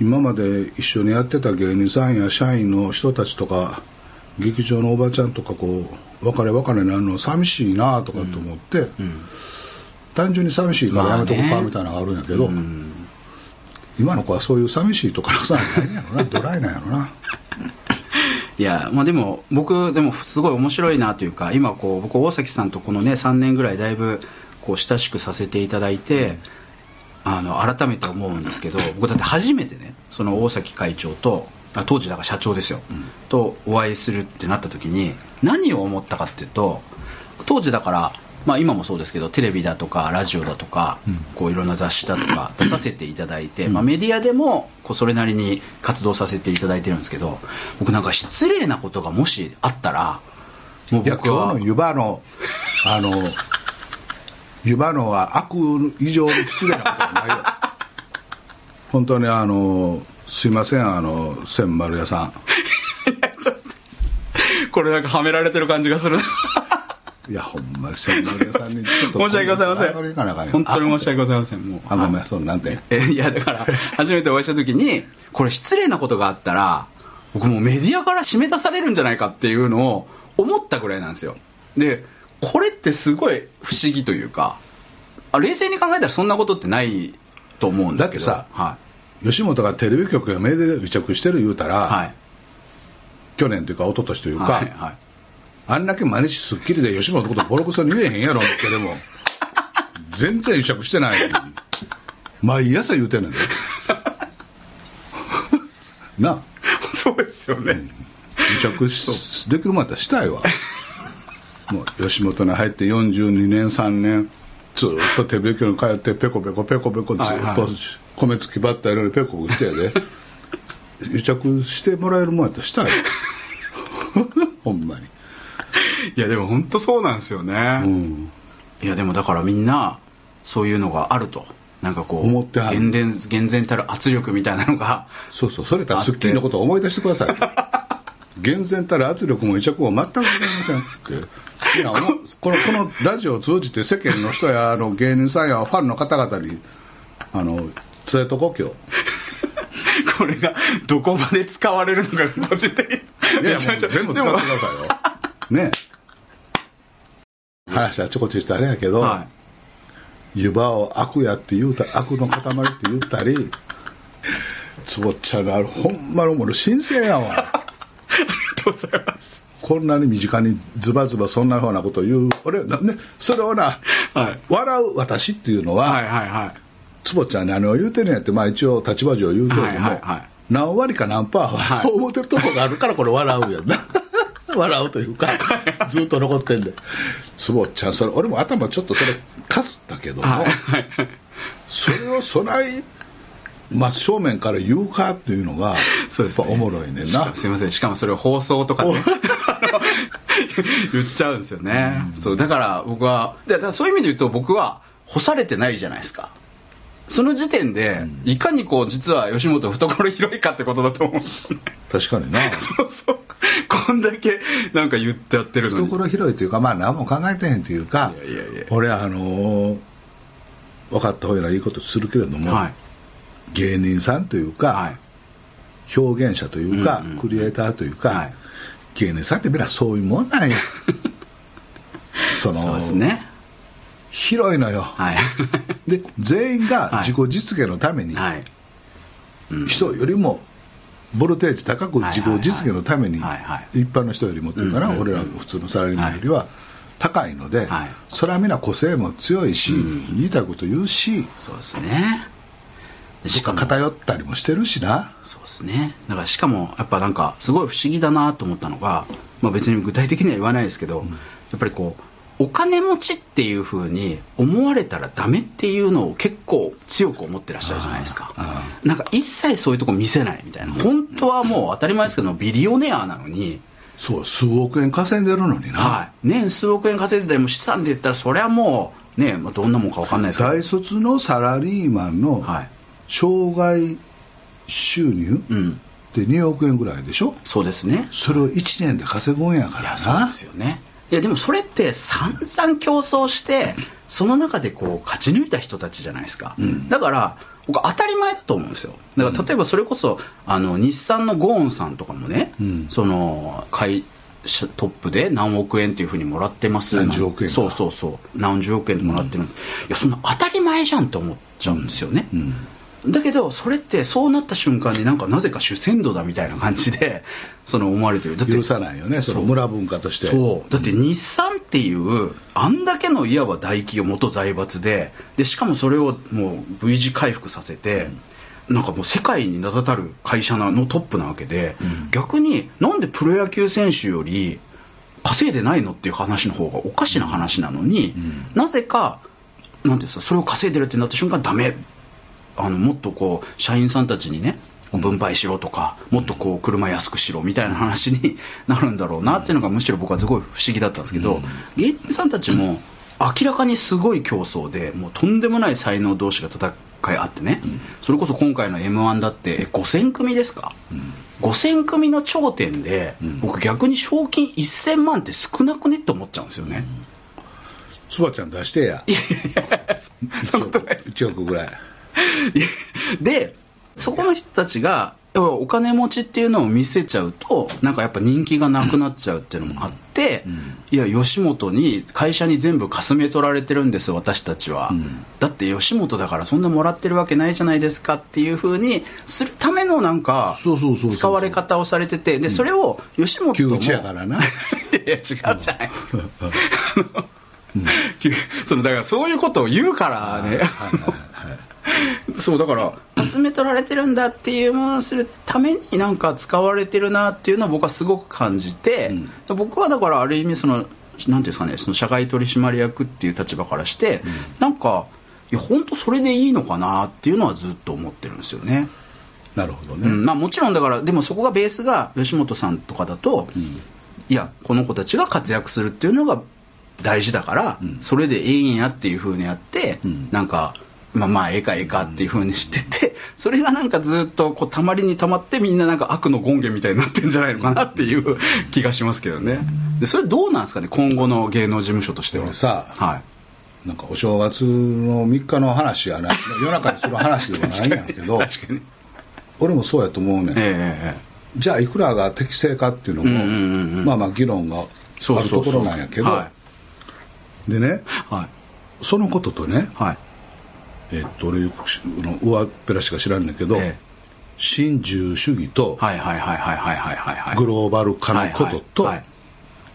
S2: 今まで一緒にやってた芸人さんや社員の人たちとか劇場のおばちゃんとかこう別れ別れになるの寂しいなとかと思って、単純に寂しいからやめとこう
S3: ま
S2: か
S3: あね
S2: みたいなのがあるんやけど、今の子はそういう寂しいとかなさないんやろなドライなんやろない
S3: やまあでも僕でもすごい面白いなというか今こう僕大崎さんとこのね3年ぐらいだいぶこう親しくさせていただいてあの改めて思うんですけど僕だって初めてねその大崎会長とあ当時だから社長ですよ、とお会いするってなった時に何を思ったかっていうと当時だから、まあ、今もそうですけどテレビだとかラジオだとか、こういろんな雑誌だとか出させていただいて、まあ、メディアでもこうそれなりに活動させていただいてるんですけど僕なんか失礼なことがもしあったらもう
S2: いや
S3: 僕
S2: 今
S3: は
S2: 日の湯葉のあの湯葉のは悪以上に失礼なことはないよ本当にあのすいませんあの千丸屋さ
S3: これなんかはめられてる感じがする
S2: んいやほんま千丸屋さんにちょっと
S3: 申し訳ございません
S2: 謝りかなあかんよ
S3: 本当に申し訳ございませんもう
S2: あごめんそのなんて
S3: えいやだから初めてお会いした時にこれ失礼なことがあったら僕もうメディアから締め出されるんじゃないかっていうのを思ったぐらいなんですよでこれってすごい不思議というかあ冷静に考えたらそんなことってないと思うんですけど
S2: だってさ
S3: は
S2: 吉本がテレビ局がメディアで癒着してる言うたら、
S3: いはい
S2: 去年というか一昨年というか、
S3: はいはい [laughs]
S2: あんだけ毎日『スッキリ』で吉本のことボロクソに言えへんやろ思ってでも全然癒着してない毎朝言うてんねんでなあ
S3: そうですよね、
S2: 癒着しできるまではしたいわもう吉本に入って42年3年ずっと手引きに通ってペコペコペコペコずっ
S3: はい
S2: と
S3: はい
S2: 米付きバッターよりペコペコしてやで癒着してもらえるもんやったらしたいわ [laughs] ほんまに
S3: いやでも本当そうなんですよね、
S2: ん
S3: いやでもだからみんなそういうのがあるとなんかこう
S2: 思ってはる
S3: 厳然厳然たる圧力みたいなのが [laughs]
S2: そうそうそれたら『スッキリ』のことを思い出してください
S3: [laughs]
S2: 厳然たる圧力も癒着も全くございませんってい
S3: [laughs]
S2: やおもこのこのラジオを通じて世間の人やあの芸人さんやファンの方々にあの伝えとこう今日
S3: これがどこまで使われるのか個人的に
S2: いやいや
S3: めちゃ
S2: も
S3: めちゃ
S2: う全部使ってくださいよねえ話はちょこちょいしてあれやけど、
S3: でもは
S2: 湯葉を悪やって言うた悪の塊って言ったりつぼっちゃんがあるほんまのもの新鮮やわ
S3: りがとうございます
S2: こんなに身近にズバズバそんなふうなこと言う俺なねそれをな、
S3: はい
S2: 笑う私っていうのは、
S3: はいはいはい
S2: つぼっちゃんに何を言うてんねやって、まあ、一応立場上言うけれども、
S3: はいはいはい
S2: 何割か何パーはそう思ってるとこがあるからこれ笑うやん
S3: [laughs]
S2: な笑うというかずっと残ってんでつぼっちゃんそれ俺も頭ちょっとそれかすったけども、
S3: はいはい
S2: それをそない真正面から言うかっていうのが
S3: そうですね
S2: やっぱおもろいねん
S3: しか
S2: な
S3: もすいませんしかもそれを放送とか [laughs] であの言っちゃうんですよねそうだから僕はでだからそういう意味で言うと僕は干されてないじゃないですかその時点で、いかにこう実は吉本懐広いかってことだと思うんですよね
S2: 確かにな
S3: [laughs] そうそうこんだけなんか言ってやってるのに
S2: 懐広いというかまあ何も考えてへんというか
S3: いやいやいや
S2: 俺あのー分かった方がいいことするけれども、
S3: はい
S2: 芸人さんというか、
S3: はい
S2: 表現者というか、
S3: うんうん
S2: クリエイターというか、
S3: はい
S2: 芸人さんってみんなそういうもん
S3: [laughs]
S2: なんやその
S3: そうですね
S2: 広いのよ [laughs]
S3: はい
S2: で全員が
S3: はい
S2: 自己実現のために、
S3: はい
S2: 人よりもボルテージ高く自己実現のために、
S3: はいはいはいはい
S2: 一般の人よりもというかな、
S3: うんうんうん
S2: 俺ら普通のサラリーマンよりは高いので、
S3: はい
S2: それはみんな個性も強いし、言いたいこと言うし
S3: そうですねでしかも
S2: 偏ったりもしてるしな
S3: そうですねだからしかもやっぱなんかすごい不思議だなと思ったのが、まあ、別に具体的には言わないですけど、やっぱりこうお金持ちっていうふうに思われたらダメっていうのを結構強く思ってらっしゃるじゃないですか
S2: あ
S3: なんか一切そういうとこ見せないみたいな本当はもう当たり前ですけどビリオネアなのに、
S2: そう数億円稼いでるのにな、
S3: はい、年数億円稼いでたりもしてたんで言ったらそれはもうね、まあ、どんなもんか分かんないですけど
S2: 大卒のサラリーマンの
S3: はい
S2: 障害収入
S3: うん
S2: で2億円ぐらいでしょ
S3: そうですね
S2: それを1年で稼ぐんやか
S3: い
S2: ら
S3: やそう
S2: な
S3: ですよねいやでもそれって散々競争してその中でこう勝ち抜いた人たちじゃないですか、だから僕当たり前だと思うんですよだから例えばそれこそ、あの日産のゴーンさんとかもね、
S2: うん
S3: その会社トップで何億円っていうふうにもらってます
S2: 何十億円か
S3: そうそうそう何十億円でもらってる、いやそんな当たり前じゃんと思っちゃうんですよね、
S2: うん
S3: だけどそれってそうなった瞬間になんかなぜか主戦度だみたいな感じでその思われてるだって
S2: 許さないよねその村文化として
S3: そうだって日産っていうあんだけのいわば大企業元財閥ででしかもそれをもう V 字回復させて、なんかもう世界に名だたる会社なのトップなわけで、逆になんでプロ野球選手より稼いでないのっていう話の方がおかしな話なのに、なぜかなんていうんですかそれを稼いでるってなった瞬間ダメあのもっとこう社員さんたちにね分配しろとか、もっとこう車安くしろみたいな話に [laughs] なるんだろうなっていうのがむしろ僕はすごい不思議だったんですけど、芸人さんたちも明らかにすごい競争でもうとんでもない才能同士が戦いあってね、それこそ今回の m 1だってえ5000組ですか、5000組の頂点で、僕逆に賞金1000万って少なくねって思っちゃうんですよね、
S2: つばちゃん出してや1億1億ぐらい
S3: [laughs] でそこの人たちがやっぱお金持ちっていうのを見せちゃうとなんかやっぱ人気がなくなっちゃうっていうのもあって、いや吉本に会社に全部かすめ取られてるんです私たちは、だって吉本だからそんなもらってるわけないじゃないですかっていうふうにするためのなんか
S2: そうそうそうそう
S3: 使われ方をされててでそれを吉本
S2: 急
S3: も
S2: 打やからな
S3: [laughs] いや違うじゃないですか、あの [laughs] そのだからそういうことを言うから
S2: [laughs]
S3: ね、そうだから進め取られてるんだっていうものをするためになんか使われてるなっていうのは僕はすごく感じて、僕はだからある意味そのなんていうんですかねその社外取締役っていう立場からして、なんかいや本当それでいいのかなっていうのはずっと思ってるんですよね。
S2: なるほど
S3: う
S2: ね、
S3: んまあ、もちろんだからでもそこがベースが吉本さんとかだと、いやこの子たちが活躍するっていうのが大事だから、それでいいんやっていうふうにやって、
S2: ん
S3: なんか。まあまあええかええかっていうふうにしててそれがなんかずっとこうたまりにたまってみんななんか悪の権限みたいになってんじゃないのかなっていう気がしますけどねでそれどうなんですかね今後の芸能事務所としては
S2: 俺さ
S3: はい
S2: なんかお正月の3日の話やな夜中にする話ではないんやけど
S3: 確かに
S2: 俺もそうやと思うねん
S3: ええ
S2: じゃあいくらが適正かっていうのも、
S3: うんうんうんうん
S2: まあまあ議論があ
S3: えそう
S2: る
S3: そ
S2: と
S3: うそ
S2: こ
S3: う
S2: ろなんやけど
S3: はい
S2: でね
S3: はい
S2: そのこととね
S3: はい
S2: えっと俺よくしあの上っぺらしか知らんねんけど、
S3: ええ
S2: 新自由主義と
S3: はいはいはいはいはいはいはいはい
S2: グローバル化のことと
S3: はいはいはい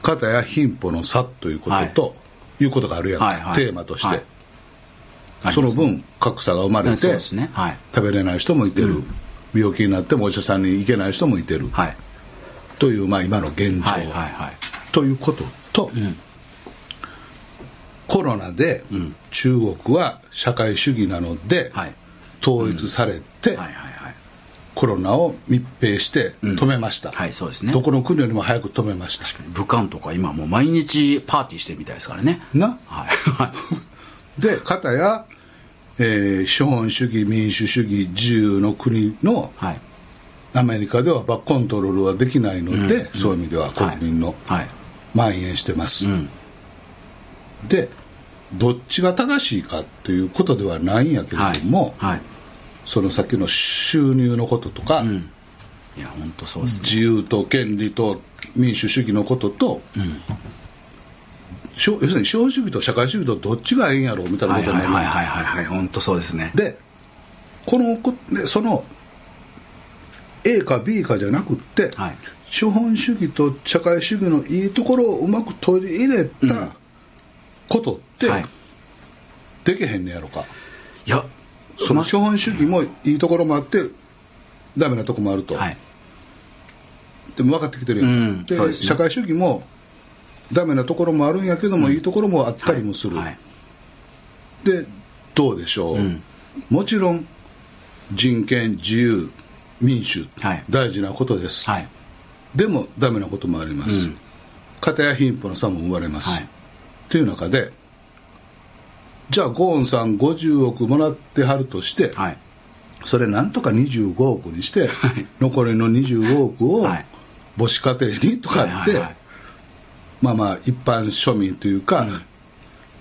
S2: 片や貧富の差ということと、い、うことがあるやんか、
S3: はいはい
S2: テーマとして、
S3: はいあり
S2: そ
S3: ま
S2: の
S3: すね
S2: 分格差が生まれて、
S3: そうですねはい
S2: 食べれない人もいてる、
S3: うん
S2: 病気になってもお医者さんに行けない人もいてる、
S3: はい
S2: という、まあ、今の現状、
S3: はいはいは
S2: ということと、
S3: いうん
S2: コロナで
S3: うん
S2: 中国は社会主義なので、
S3: はい
S2: 統一されて、
S3: はいはいはい
S2: コロナを密閉して止めました、
S3: はいそうですね
S2: どこの国よりも早く止めました
S3: 武漢とか今もう毎日パーティーしてるみたいですからね
S2: な
S3: はい [laughs] はい
S2: で片や、えー資本主義民主主義自由の国の
S3: はい
S2: アメリカではバックコントロールはできないので、
S3: うん
S2: そういう意味では国民の
S3: はい
S2: 蔓延してます、
S3: うん
S2: でどっちが正しいかということではないんやけれ
S3: はい
S2: ども、
S3: はい
S2: その先の収入のこととか、
S3: うんいや本当そうですね
S2: 自由と権利と民主主義のことと、
S3: うん
S2: しょ要するに資本主義と社会主義とどっちがええんやろうみたいな
S3: は
S2: こ
S3: い
S2: とに
S3: はい
S2: なる、
S3: はいはいはいはい本当そうですね
S2: でこのこでその A か B かじゃなくって、
S3: はい
S2: 資本主義と社会主義のいいところをうまく取り入れ
S3: うん
S2: たことって、
S3: はい
S2: できへんねやろか
S3: いや
S2: その
S3: ま
S2: 資本主義もいいところもあってダメなとこもあると、
S3: はい
S2: でも分かってきてるやん、
S3: うん
S2: で
S3: そうですね
S2: 社会主義もダメなところもあるんやけども、いいところもあったりもする、
S3: はい
S2: でどうでしょう、
S3: うん
S2: もちろん人権自由民主、
S3: はい
S2: 大事なことです、
S3: はい
S2: でもダメなこともあります、
S3: うん
S2: 片や貧富の差も生まれます、
S3: はい
S2: っていう中でじゃあゴーンさん50億もらってはるとして、
S3: はい
S2: それなんとか25億にして、
S3: はい
S2: 残りの25億を
S3: はい
S2: 母子家庭にとかって、
S3: はいはいはい
S2: まあまあ一般庶民というか、
S3: うん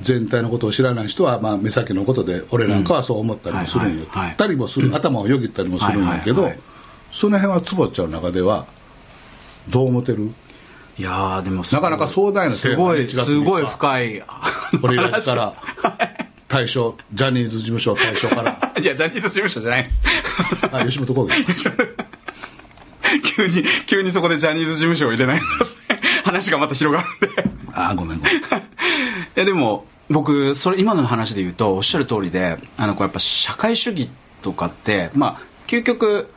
S2: 全体のことを知らない人はまあ目先のことで俺なんかはそう思ったりもするんよ、
S3: うんはいはいはい
S2: たりもする、頭をよぎったりもするんだけど、
S3: はいはいはい
S2: その辺は坪ちゃんの中ではどう思ってる
S3: いやーでも
S2: なかなか壮大なテ
S3: す
S2: ーマ
S3: ご
S2: ね
S3: い
S2: 1月3日
S3: すごい深い
S2: 俺ら
S3: [laughs]
S2: から
S3: はい
S2: 大将ジャニーズ事務所大将
S3: [laughs]
S2: から
S3: いやジャニーズ事務所じゃないです [laughs]
S2: あ吉本興業
S3: 急に急にそこでジャニーズ事務所を入れないでください話がまた広がるんで
S2: あごめんごめん
S3: いやでも僕それ今の話で言うとおっしゃる通りであのこうやっぱ社会主義とかってまあ究極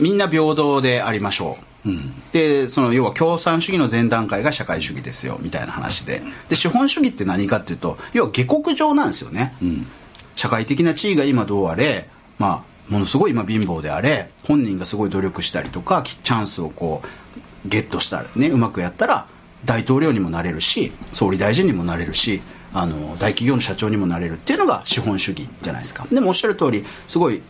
S3: みんな平等でありましょう、でその要は共産主義の前段階が社会主義ですよみたいな話でで資本主義って何かっていうと要は下克上なんですよね、
S2: ん
S3: 社会的な地位が今どうあれ、まあ、ものすごい今貧乏であれ本人がすごい努力したりとかきチャンスをこうゲットしたら、ね、うまくやったら大統領にもなれるし総理大臣にもなれるしあの大企業の社長にもなれるっていうのが資本主義じゃないですかでもおっしゃる通りすごい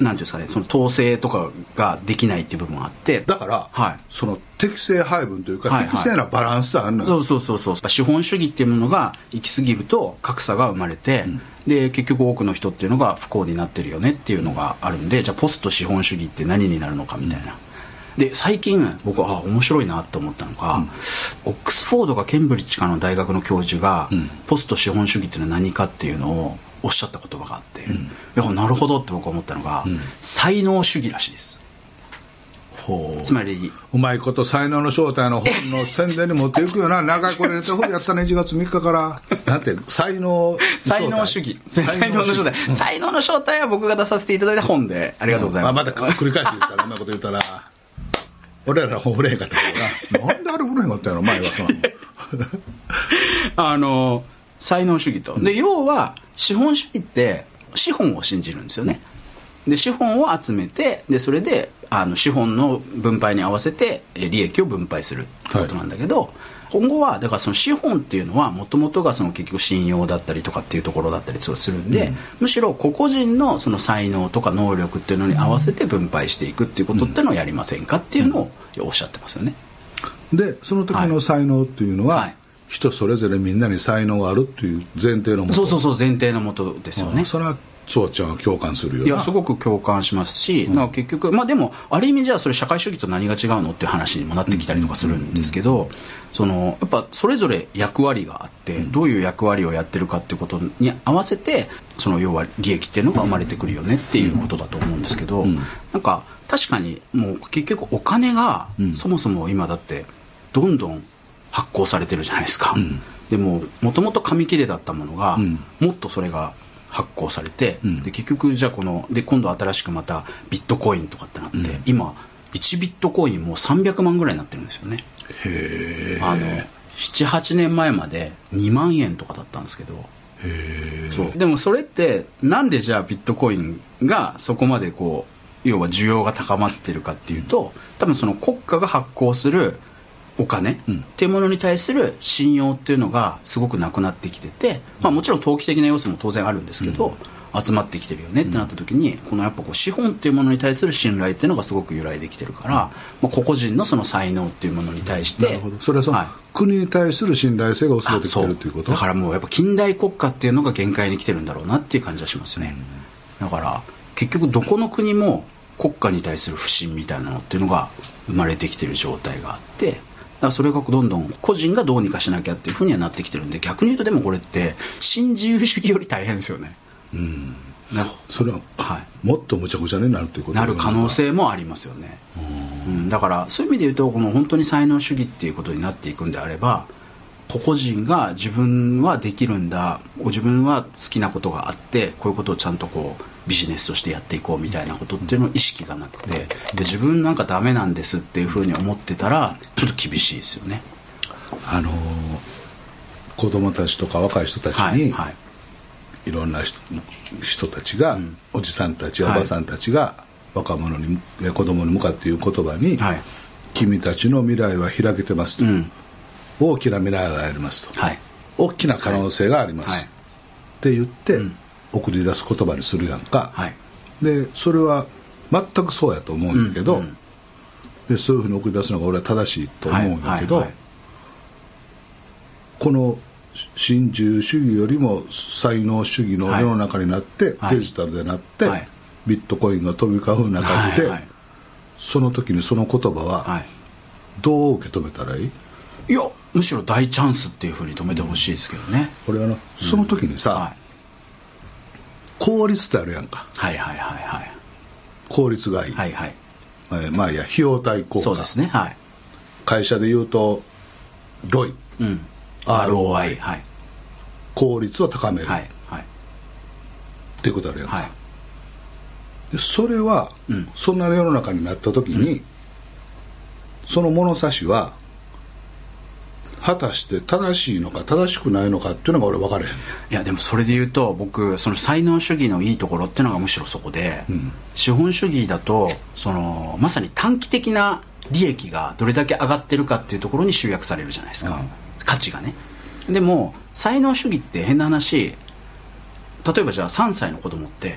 S3: なんていうんですかねその統制とかができないっていう部分があって
S2: だから、
S3: はい
S2: その適正配分というか、
S3: はいはい
S2: 適正なバランスとあるのよ
S3: そうそうそうそうやっぱ資本主義っていうものが行き過ぎると格差が生まれて、で結局多くの人っていうのが不幸になってるよねっていうのがあるんでじゃあポスト資本主義って何になるのかみたいな。で最近僕はあ面白いなと思ったのが、オックスフォードかケンブリッジかの大学の教授が、ポスト資本主義っていうのは何かっていうのをおっしゃった言葉があって、いやなるほどって僕は思ったのが、才能主義らしいです
S2: ほう
S3: つまり
S2: うまいこと才能の正体の本の宣伝に持っていくよ
S3: [laughs]
S2: な長いこれネタフリやったね1月3日からなんて才能
S3: 才能主義才能の正体才能の正体は僕が出させていただいた本でありがとうござい
S2: まあ
S3: ます、
S2: また繰り返してですからうまいこと言ったら俺らの方売れへんかったけどななんであれ売れへんかったんやろ前はそんなの
S3: [laughs] あの才能主義とで要は資本主義って資本を信じるんですよねで資本を集めてでそれであの資本の分配に合わせてえ利益を分配するってことなんだけど、今後はだからその資本っていうのはもともとがその結局信用だったりとかっていうところだったりそうするんで、むしろ個々人のその才能とか能力っていうのに合わせて分配していくっていうことっていうのをやりませんかっていうのをおっしゃってますよね。
S2: でその時の才能っていうのは、
S3: はい
S2: 人それぞれみんなに才能があるっていう前提のもと
S3: そうそうそう前提のもとですよね
S2: それはそうちゃんは共感するよ
S3: いや
S2: な
S3: すごく共感しますし、なんか結局、まあ、でもある意味じゃあそれ社会主義と何が違うのっていう話にもなってきたりとかするんですけど、そのやっぱそれぞれ役割があって、どういう役割をやってるかっていうことに合わせてその要は利益っていうのが生まれてくるよねっていうことだと思うんですけど、
S2: ん
S3: なんか確かにもう結局お金が
S2: うん
S3: そもそも今だってどんどん発行されてるじゃないですか。
S2: うん
S3: でももともと紙切れだったものが、
S2: うん
S3: もっとそれが発行されて、
S2: うん
S3: で結局じゃあこので今度新しくまたビットコインとかってなって、
S2: うん
S3: 今1ビットコインもう300万ぐらいになってるんですよね、
S2: へえ
S3: あの78年前まで2万円とかだったんですけどそうでもそれってなんでじゃあビットコインがそこまでこう要は需要が高まってるかっていうと多分その国家が発行するお金っ
S2: うん
S3: ていうものに対する信用っていうのがすごくなくなってきてて、まあ、もちろん投機的な要素も当然あるんですけど、集まってきてるよねってなった時に、このやっぱこう資本っていうものに対する信頼っていうのがすごく由来できてるから、まあ、個々人のその才能っていうものに対して
S2: なるほどそれはその、
S3: はい
S2: 国に対する信頼性が薄れてきて
S3: あそ
S2: るということ
S3: だからもうやっぱ近代国家っていうのが限界に来てるんだろうなっていう感じはしますよね、だから結局どこの国も国家に対する不信みたいなのっていうのが生まれてきてる状態があってだからそれがどんどん個人がどうにかしなきゃっていうふうにはなってきてるんで逆に言うとでもこれって新自由主義より大変ですよね
S2: うん
S3: な
S2: それは
S3: はい
S2: もっとむちゃくちゃになるということ
S3: なる可能性もありますよね、うん、だからそういう意味で言うとこの本当に才能主義っていうことになっていくんであれば個々人が自分はできるんだ自分は好きなことがあってこういうことをちゃんとこうビジネスとしてやっていこうみたいなことっていうのを意識がなくてで自分なんかダメなんですっていうふうに思ってたらちょっと厳しいですよね
S2: あのー子供たちとか若い人たち
S3: はい
S2: に、
S3: はい
S2: いろんな人人たちが、
S3: ん
S2: おじさんたちお
S3: はい
S2: ばさんたちが若者にえ子供に向かって言う言葉に、
S3: はい
S2: 君たちの未来は開けてますと」
S3: うん
S2: 大きな未来があります」と、
S3: はい
S2: 大きな可能性があります」って言って、
S3: うん
S2: 送り出す言葉にするやんか、
S3: はい
S2: でそれは全くそうやと思うんだけど、
S3: うんうん
S2: でそういうふうに送り出すのが俺は正しいと思うんだけど、
S3: はいはい
S2: この新自由主義よりも才能主義の世の中になって、
S3: はい
S2: デジタルでなって、
S3: はい
S2: ビットコインが飛び交う中で、
S3: はい
S2: その時にその言葉
S3: は
S2: はいどう受け止めたらいい、
S3: いやむしろ大チャンスっていうふうに止めてほしいですけどね、
S2: 俺はなその時にさ、
S3: はい
S2: 効率ってあるやんか
S3: はいはいはいはい
S2: 効率がいい、
S3: はいはい
S2: えーまあいいや費用対効
S3: そう
S2: 果
S3: ですねはい、
S2: 会社で言うとロイ
S3: うん、
S2: ROI
S3: ROI はい
S2: 効率を高める、
S3: はいはい
S2: っていうことあるやんか、
S3: はい
S2: でそれは、
S3: うん
S2: そんな世の中になった時に、その物差しは果たして正しいのか正しくないのかっていうのが俺分かれへん
S3: いやでもそれで言うと僕その才能主義のいいところっていうのがむしろそこで、
S2: ん
S3: 資本主義だとそのまさに短期的な利益がどれだけ上がってるかっていうところに集約されるじゃないですか、
S2: うん
S3: 価値がねでも才能主義って変な話例えばじゃあ3歳の子供って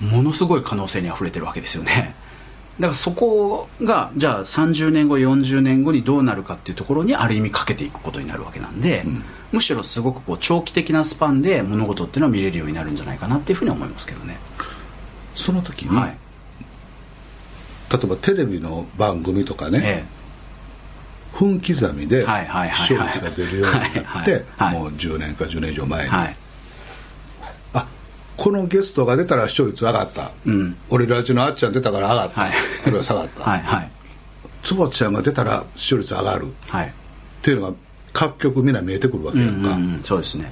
S3: ものすごい可能性にあふれてるわけですよねだからそこがじゃあ30年後40年後にどうなるかっていうところにある意味かけていくことになるわけなんで、むしろすごくこう長期的なスパンで物事っていうのは見れるようになるんじゃないかなっていうふうに思いますけどね、
S2: その時に、
S3: はい
S2: 例えばテレビの番組とかね、
S3: え
S2: 分刻みで
S3: はいはいはいはい
S2: 視聴率が出るようになっ
S3: はい
S2: て
S3: はいはい
S2: もう10年か10年以上前
S3: え
S2: に、
S3: はい
S2: あこのゲストが出たら視聴率上がった、
S3: うん
S2: 俺らちのあっちゃん出たから上がった、 [laughs]
S3: はい
S2: あるいは下がった、
S3: はいはい
S2: 坪ちゃんが出たら視聴率上がるっ
S3: はい
S2: ていうのが各局みんな見えてくるわけやんか、
S3: うんうんうんそうですね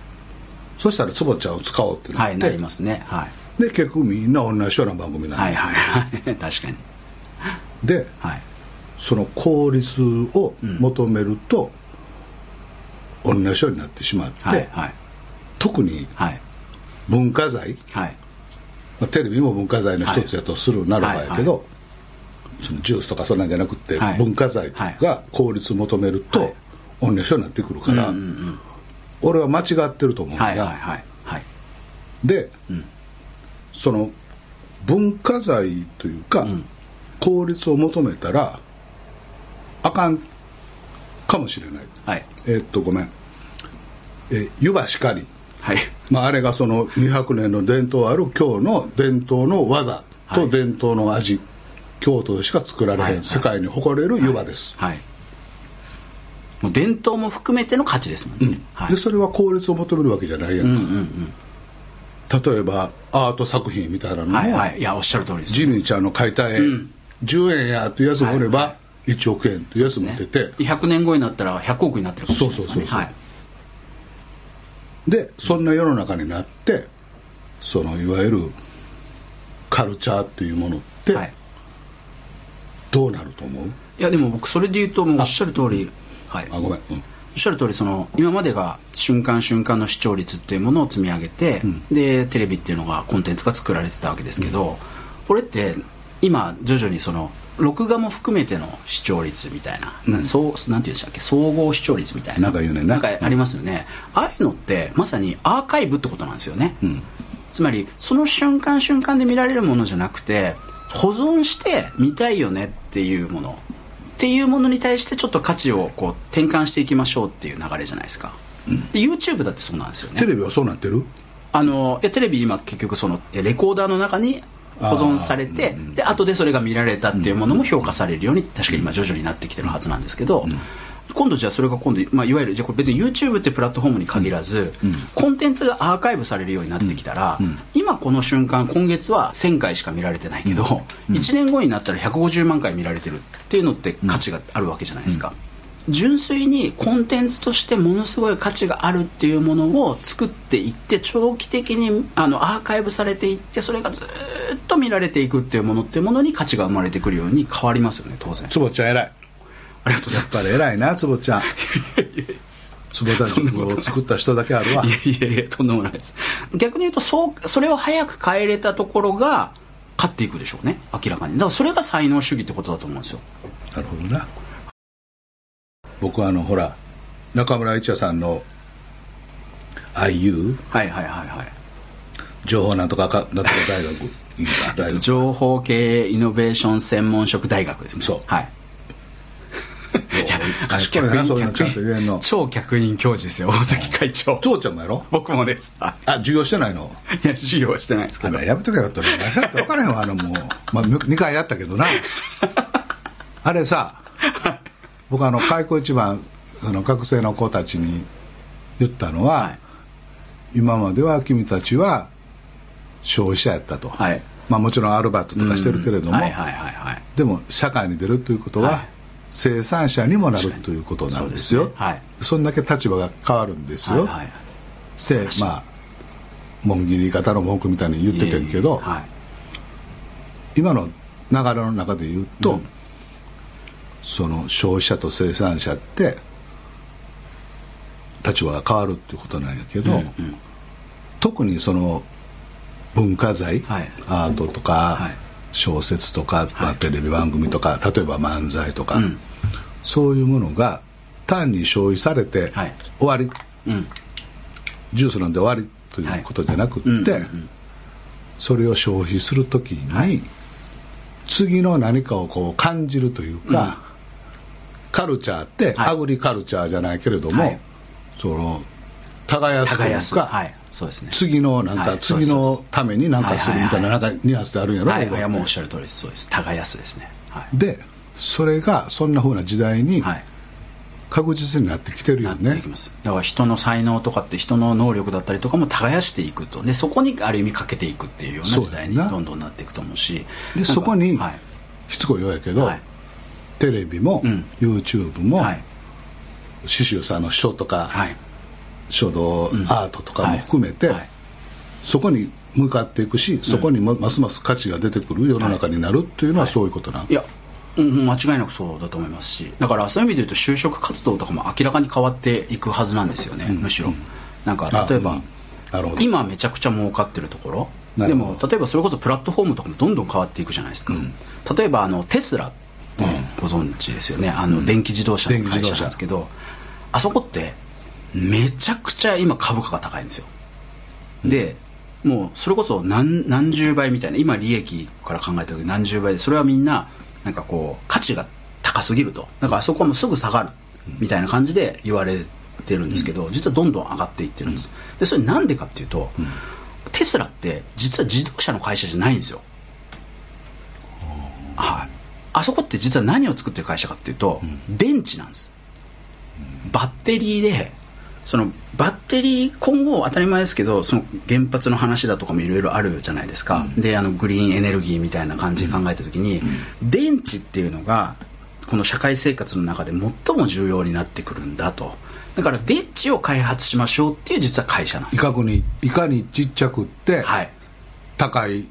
S2: そしたら坪ちゃんを使おうってなっ
S3: は
S2: て、
S3: いなりますね、はい、
S2: で結局みんな同じような番組なんで,、
S3: はいはいはい [laughs] 確かに
S2: で
S3: はい
S2: その効率を求めると、同じようになってしまって、
S3: はいはい
S2: 特に
S3: はい
S2: 文化財、
S3: はい
S2: まあ、テレビも文化財の一つやとするならばやけど、
S3: は
S2: そのジュースとかそんなんじゃなくって、
S3: はい
S2: 文化財が効率を求めると、
S3: はい
S2: 同じようになってくるから、
S3: うんうんうん
S2: 俺は間違ってると思うんだ、
S3: はいはいはいはい
S2: で、
S3: うん
S2: その文化財というか、
S3: ん
S2: 効率を求めたらあかんかもしれない
S3: はい
S2: えーっとごめん、えー湯葉しかり
S3: はい
S2: まあ、あれがその200年の伝統ある京の伝統の技
S3: は
S2: と
S3: い
S2: 伝統の味、京都でしか作られへん、
S3: はいはい
S2: 世界に誇れる湯葉です、
S3: はいもう伝統も含めての価値ですもんね、
S2: うん
S3: はい、
S2: でそれは効率を求めるわけじゃないや
S3: うんん
S2: か、
S3: うん
S2: 例えばアート作品みたいなの
S3: うん
S2: も、
S3: はいはいいやおっしゃる通りです
S2: ジミーちゃんの描いた絵、
S3: うん
S2: 10円やというやつもおれば、
S3: はい
S2: 1億円というやつも出て、
S3: 100年後になったら100億になってるかもしれないですか
S2: そうそう
S3: らね
S2: そうそうでそんな世の中になってそのいわゆるカルチャーっていうものっ
S3: はいは
S2: て
S3: い
S2: どうなると思う、
S3: いやでも僕それで言うともうおっしゃる通りはい
S2: あごめん、うん
S3: おっしゃる通りその今までが瞬間瞬間の視聴率っていうものを積み上げて、
S2: うん
S3: でテレビっていうのがコンテンツが作られてたわけですけど、これって今徐々にその録画も含めての視聴率みたいな、
S2: うん
S3: そうなんていうんでしたっけ総合視聴率みたいな
S2: なんか言うねんな
S3: なんかありますよね、ああいうのってまさにアーカイブってことなんですよね、
S2: うん
S3: つまりその瞬間瞬間で見られるものじゃなくて保存して見たいよねっていうものっていうものに対してちょっと価値をこう転換していきましょうっていう流れじゃないですか、で YouTube だってそうなんですよね
S2: テレビはそうなってる
S3: あのえテレビ今結局そのえレコーダーの中に保存されて
S2: あーうんうん
S3: で後でそれが見られたっていうものも評価されるように確か今徐々になってきてるはずなんですけど、今度じゃあそれが今度、まあ、いわゆるじゃあこれ別に YouTube ってプラットフォームに限らず、
S2: うんうん
S3: コンテンツがアーカイブされるようになってきたら、
S2: うんうん
S3: 今この瞬間今月は1000回しか見られてないけど、
S2: うん
S3: 1年後になったら150万回見られてるっていうのって価値があるわけじゃないですか、純粋にコンテンツとしてものすごい価値があるっていうものを作っていって長期的にあのアーカイブされていってそれがずーっと見られていくっていうものっていうものに価値が生まれてくるように変わりますよね当然
S2: つぼちゃん偉い
S3: ありがとうござ
S2: やっ
S3: いま
S2: ぱ
S3: す
S2: り偉
S3: [laughs]
S2: いなつぼちゃんつぼた塾を作った人だけあるわ
S3: いやいやいやとんでもないです逆に言うとそうそれを早く変えれたところが勝っていくでしょうね明らかにだからそれが才能主義ってことだと思うんですよ
S2: なるほどな僕はあのほら中村一也さんの IU
S3: はいはいはいはい
S2: 情報なんとかかなんとか大学いいか大学
S3: 情報経営イノベーション専門職大学ですね
S2: そう
S3: はい
S2: 賢いなそういうのちゃんと言えんの
S3: 超客員教授ですよ大崎
S2: [laughs]
S3: 会長
S2: つぼちゃんもやろ
S3: 僕もですあ
S2: あ授業してないの
S3: いや授業はしてないですけ
S2: あ
S3: ど
S2: らやめとけよって俺わしゃって分からへんわあのもう、まあ、2回やったけど
S3: [laughs]
S2: なあれさ僕あの開校一番あの学生の子たちに言ったのは、
S3: はい
S2: 今までは君たちは消費者やったと、
S3: はい
S2: まあ、もちろんアルバイトとかしてるけれども、
S3: うんはいはいはいはい
S2: でも社会に出るということは、
S3: はい
S2: 生産者にもなるということなんですよ
S3: そうですねはい
S2: そんだけ立場が変わるんですよ、
S3: はいはい
S2: せまあ門切り方の文句みたいに言っててんけど、
S3: はい
S2: 今の流れの中で言うと、
S3: うん
S2: その消費者と生産者って立場が変わるっていうことなんやけど、
S3: うんうん
S2: 特にその文化財、
S3: はい
S2: アートとか、
S3: はい
S2: 小説とか、まあテレビ番組とか例えば漫才とか、
S3: うん
S2: そういうものが単に消費されて、
S3: はい
S2: 終わり
S3: うん
S2: ジュース飲んで終わりということじゃなくって、
S3: うんうん
S2: それを消費するときに、
S3: はい
S2: 次の何かをこう感じるというか、
S3: うん
S2: カルチャーって、
S3: はい
S2: アグリカルチャーじゃないけれども、
S3: はい
S2: その耕すという
S3: 耕す
S2: か、
S3: はいそうですね
S2: 次のなんか、
S3: はいそ
S2: 次
S3: うです
S2: のために何かするみたいな,、
S3: はいはい
S2: なんかニュアンスであるんやろ、
S3: はい、
S2: 僕
S3: いやもうおっしゃる通りですそうです耕すですねは
S2: でそれがそんなふうな時代に
S3: い、はい
S2: 確実になってきてるよ
S3: なっ
S2: ね、
S3: ていきますだから人の才能とかって人の能力だったりとかも耕していくとでそこにある意味かけていくっていうような時代に
S2: そうやな
S3: どんどんなっていくと思うし
S2: で
S3: なんか
S2: そこに
S3: はい
S2: しつこいようやけど、
S3: はい
S2: テレビも、
S3: うん
S2: YouTube も、
S3: はい
S2: 刺繍さんの書とか、
S3: はい
S2: 書道、
S3: うん
S2: アートとかも含めて、
S3: はいはい
S2: そこに向かっていくしそこにもますます価値が出てくる世の中になるっていうのはそういうことなの、
S3: いやうんうん間違いなくそうだと思いますしだからそういう意味で言うと就職活動とかも明らかに変わっていくはずなんですよね、むしろなんか
S2: あ
S3: 例えば、
S2: うんなるほど
S3: 今めちゃくちゃ儲かってるところ
S2: な
S3: で
S2: るほど
S3: も例えばそれこそプラットフォームとかもどんどん変わっていくじゃないですか、
S2: うん
S3: 例えばあのテスラってご存知ですよね、あの電気自動車の
S2: 電気自
S3: 会
S2: 動
S3: 社
S2: 車
S3: なんですけどあそこってめちゃくちゃ今株価が高いんですよでもうそれこそ何何十倍みたいな今利益から考えた時何十倍でそれはみんななんかこう価値が高すぎるとなんかあそこもすぐ下がるみたいな感じで言われってるんですけど、実はどんどん上がっていってるんです、でそれなんでかっていうと、テスラって実は自動車の会社じゃないんですよ、はい、あそこって実は何を作ってる会社かっていうと、電池なんですバッテリーでそのバッテリー今後当たり前ですけどその原発の話だとかもいろいろあるじゃないですか、であのグリーンエネルギーみたいな感じで考えた時に、電池っていうのがこの社会生活の中で最も重要になってくるんだとだから電池を開発しましょうっていう実は会社なんで
S2: い
S3: す
S2: かにいかにちっちゃくって、
S3: はい
S2: 高い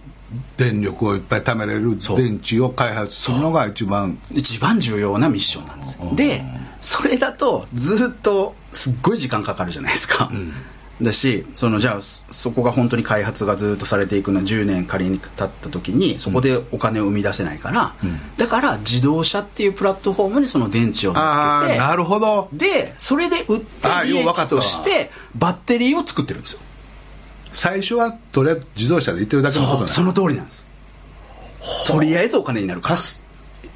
S2: 電力をいっぱい貯めれる
S3: そう
S2: 電池を開発するのが一番
S3: 一番重要なミッションなんですよでそれだとずっとすっごい時間かかるじゃないですか、だしそのじゃあそそこが本当に開発がずっとされていくのは10年仮に経った時にそこでお金を生み出せないから、だから自動車っていうプラットフォームにその電池を乗
S2: あ
S3: っ
S2: あ
S3: けて
S2: ーなるほど
S3: でそれで売って
S2: あー
S3: 利
S2: よう分か
S3: 益
S2: ったわ
S3: としてバッテリーを作ってるんですよ
S2: 最初はとりあえず自動車で行ってるだけのこと
S3: そう
S2: な
S3: そ
S2: の
S3: の通りなんですとりあえずお金になるから
S2: カス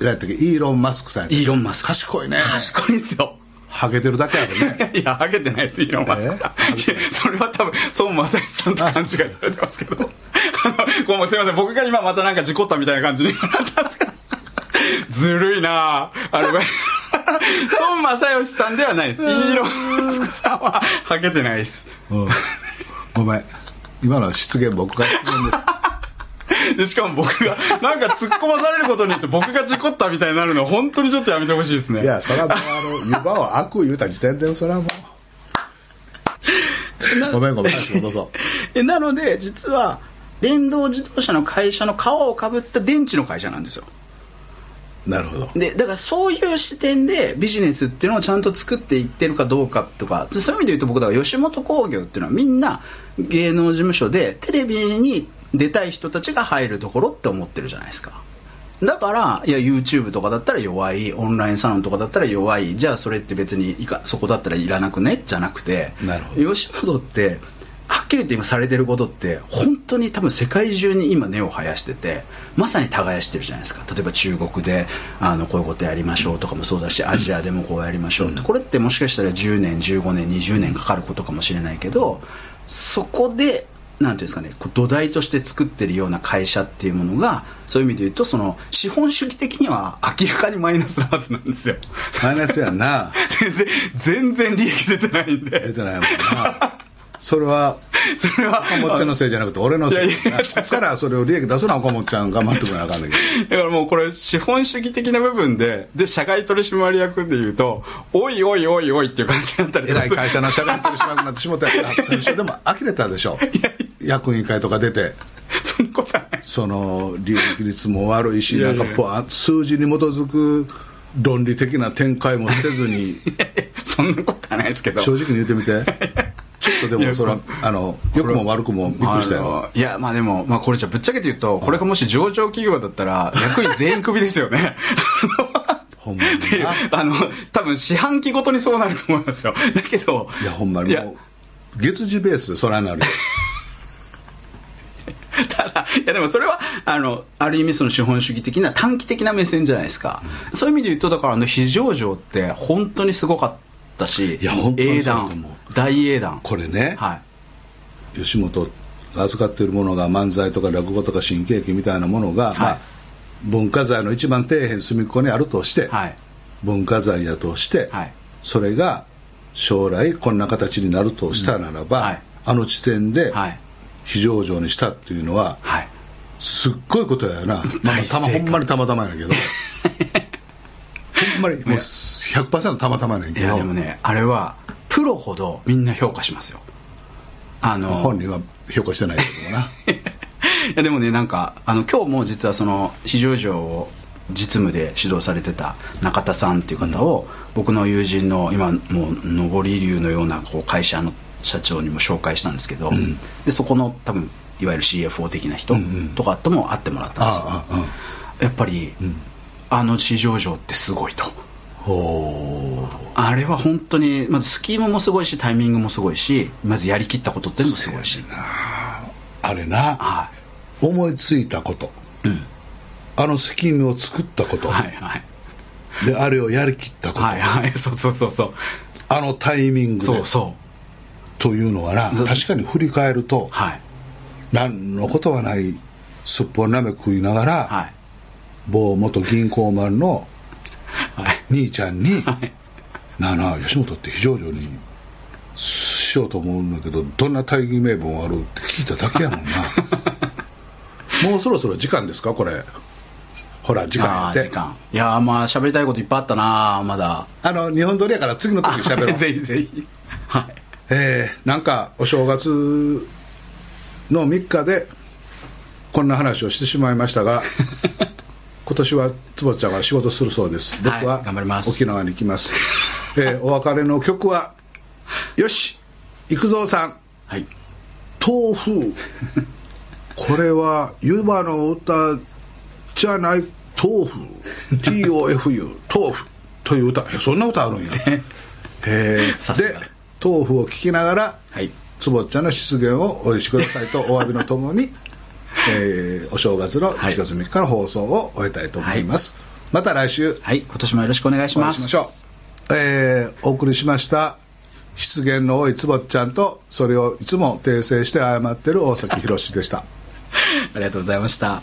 S2: やったっけイーロン・マスクさんやったっけ
S3: イーロン・マスク
S2: 賢いね
S3: 賢いんですよ
S2: ハゲてるだけやろね
S3: いや、ハゲてないです、イーロン・マスクさん。
S2: え
S3: いやそれは多分、孫正義さんと勘違いされてますけど。あの、ごめんすいません、僕が今またなんか事故ったみたいな感じにな [laughs] ったんですけど。ずるいなぁ。あの、孫正義さんではないです。イーロン・マスクさんは、ハゲてないです。
S2: うん [laughs] ごめん今のは失言僕が失言です
S3: で、しかも僕が、なんか突っ込まされることによって僕が事故ったみたいになるの、本当にちょっとやめてほしいですね。
S2: いやそれはもうあの湯葉を悪言うた時点でそれはもう [laughs] ごめんごめん話戻そう
S3: えなので実は電動自動車の会社の皮をかぶった電池の会社なんですよ
S2: なるほど
S3: でだからそういう視点でビジネスっていうのをちゃんと作っていってるかどうかとかそういう意味で言うと僕だから吉本興業っていうのはみんな芸能事務所でテレビに出たい人たちが入るところって思ってるじゃないですかだからいや YouTube とかだったら弱いオンラインサロンとかだったら弱いじゃあそれって別にいかそこだったらいらなくねじゃなくて
S2: なるほど
S3: 吉本ってはっきり言って今されてることって本当に多分世界中に今根を生やしててまさに耕してるじゃないですか例えば中国であのこういうことやりましょうとかもそうだしアジアでもこうやりましょうってこれってもしかしたら10年15年20年かかることかもしれないけどそこでなんていうんですかねこう土台として作ってるような会社っていうものがそういう意味で言うとその資本主義的には明らかにマイナスなはずなんですよ [laughs]
S2: マイナスやんな
S3: 全然全然利益出てないん
S2: 出
S3: で
S2: てないもんなそれは
S3: それは
S2: 岡本ちゃんのせいじゃなくて俺のせい
S3: いやいやいやちょ
S2: だからそれを利益出すな岡本ちゃん頑張ってくれなあかんねんけど
S3: だからもうこれ資本主義的な部分でで社外取締役でいうとおいおいおいおいっていう感じだったりと
S2: [laughs]
S3: か
S2: 偉い会社の社外取締役になってしも [laughs] たやつ最初でも呆れたでしょ役員会とか出て
S3: [laughs] そんなことはない
S2: その利益率も悪いし
S3: いや
S2: ないん
S3: や
S2: かぽわ数字に基づく論理的な展開もせずに
S3: そんなことはないですけど
S2: 正直に言ってみて
S3: [laughs]
S2: ちょっとで
S3: いや
S2: もそれはあの良くも悪くもびっくりした
S3: あ
S2: よ
S3: のいやまあでも、まあ、これじゃぶっちゃけて言うとこれがもし上場企業だったら役員全員クビですよね
S2: ほんまに
S3: [laughs] っていうあの多分四半期ごとにそうなると思いますよだけど
S2: いやほんまに
S3: や
S2: もう月次ベースでそれはなるよ
S3: ただいやでもそれはあのある意味その資本主義的な短期的な目線じゃないですか、そういう意味で言うとだからあの非常上って本当にすごかったし
S2: いや本当に
S3: 英
S2: そうだと思う
S3: 断大英断
S2: これね
S3: はい
S2: 吉本が扱っているものが漫才とか落語とか新喜劇みたいなものが、ま
S3: はい
S2: あ、文化財の一番底辺隅っこにあるとして、
S3: はい
S2: 文化財だとして、
S3: はい
S2: それが将来こんな形になるとしたならば、
S3: うんはい
S2: あの地点で
S3: はい
S2: 非常上にしたっていうのは
S3: はい
S2: すっごいことやよ
S3: [laughs]
S2: な、まあ
S3: 大正
S2: たまほ
S3: 解
S2: んまにたまたまやねん
S3: [laughs]
S2: けどほんまにもう100%たまたまやねん
S3: い
S2: けど
S3: やでもねあれはプロほどみんな評価しますよあの
S2: 本人は評価してないけどもな
S3: いやでもねなんかあの今日も実はその非常上を実務で指導されてた中田さんっていう方を、僕の友人の今もう上り流のようなこう会社の社長にも紹介したんですけど、でそこの多分いわゆる CFO 的な人
S2: うんうん
S3: とかとも会ってもらったんですよ、
S2: あああ
S3: やっぱり、あの市場上ってすごいと
S2: ほう
S3: あれは本当にまずスキームもすごいしタイミングもすごいしまずやりきったことっていうのもすごいし
S2: あれな、
S3: は
S2: 思いついたこと、あのスキームを作ったこと、
S3: いはいはい
S2: であれをやりきったこと、
S3: はいはいそうそうそうそう
S2: あのタイミング
S3: そ
S2: で
S3: うそ
S2: というのはな
S3: そう
S2: 確かに振り返ると
S3: うはい
S2: 何のことはないすっぽんなめ食いながら、
S3: はい
S2: 某元銀行マンの
S3: はい
S2: 兄ちゃんに
S3: はい
S2: 「なあなあ吉本って非常上にしようと思うんだけどどんな大義名分ある?」って聞いただけやもん
S3: [laughs]
S2: なもうそろそろ時間ですかこれほら時間や
S3: あ
S2: っ
S3: ー
S2: て
S3: 時間いやーまあ喋りたいこといっぱいあったなまだ
S2: あの日本撮りやから次の時にしゃべろう
S3: [laughs] ぜひぜひはい
S2: えーなんかお正月の3日でこんな話をしてしまいました
S3: [laughs]
S2: が今年は坪ちゃんは仕事するそうです僕
S3: は
S2: はい
S3: 頑張ります
S2: 沖縄に行きます、えーお別れの曲
S3: [laughs]
S2: はよし幾三さん
S3: はい
S2: 豆腐これは湯葉の歌じゃない豆腐 TOFU 豆腐という歌いやそんな歌あ
S3: [laughs]
S2: るんやへ
S3: さ
S2: ー
S3: す
S2: で
S3: が
S2: 豆腐を聴きながら
S3: はい
S2: 坪ちゃんの出現をお許しくださいとお詫びのとも [laughs] に、えーお正月の1月3日の放送を終えたいと思います、また来週
S3: はい今年もよろしくお願いし
S2: お会
S3: ま
S2: いし
S3: す
S2: ましょう、えーお送りしました失言の多い坪ちゃんとそれをいつも訂正して謝ってる大崎宏でした
S3: ありがとうございました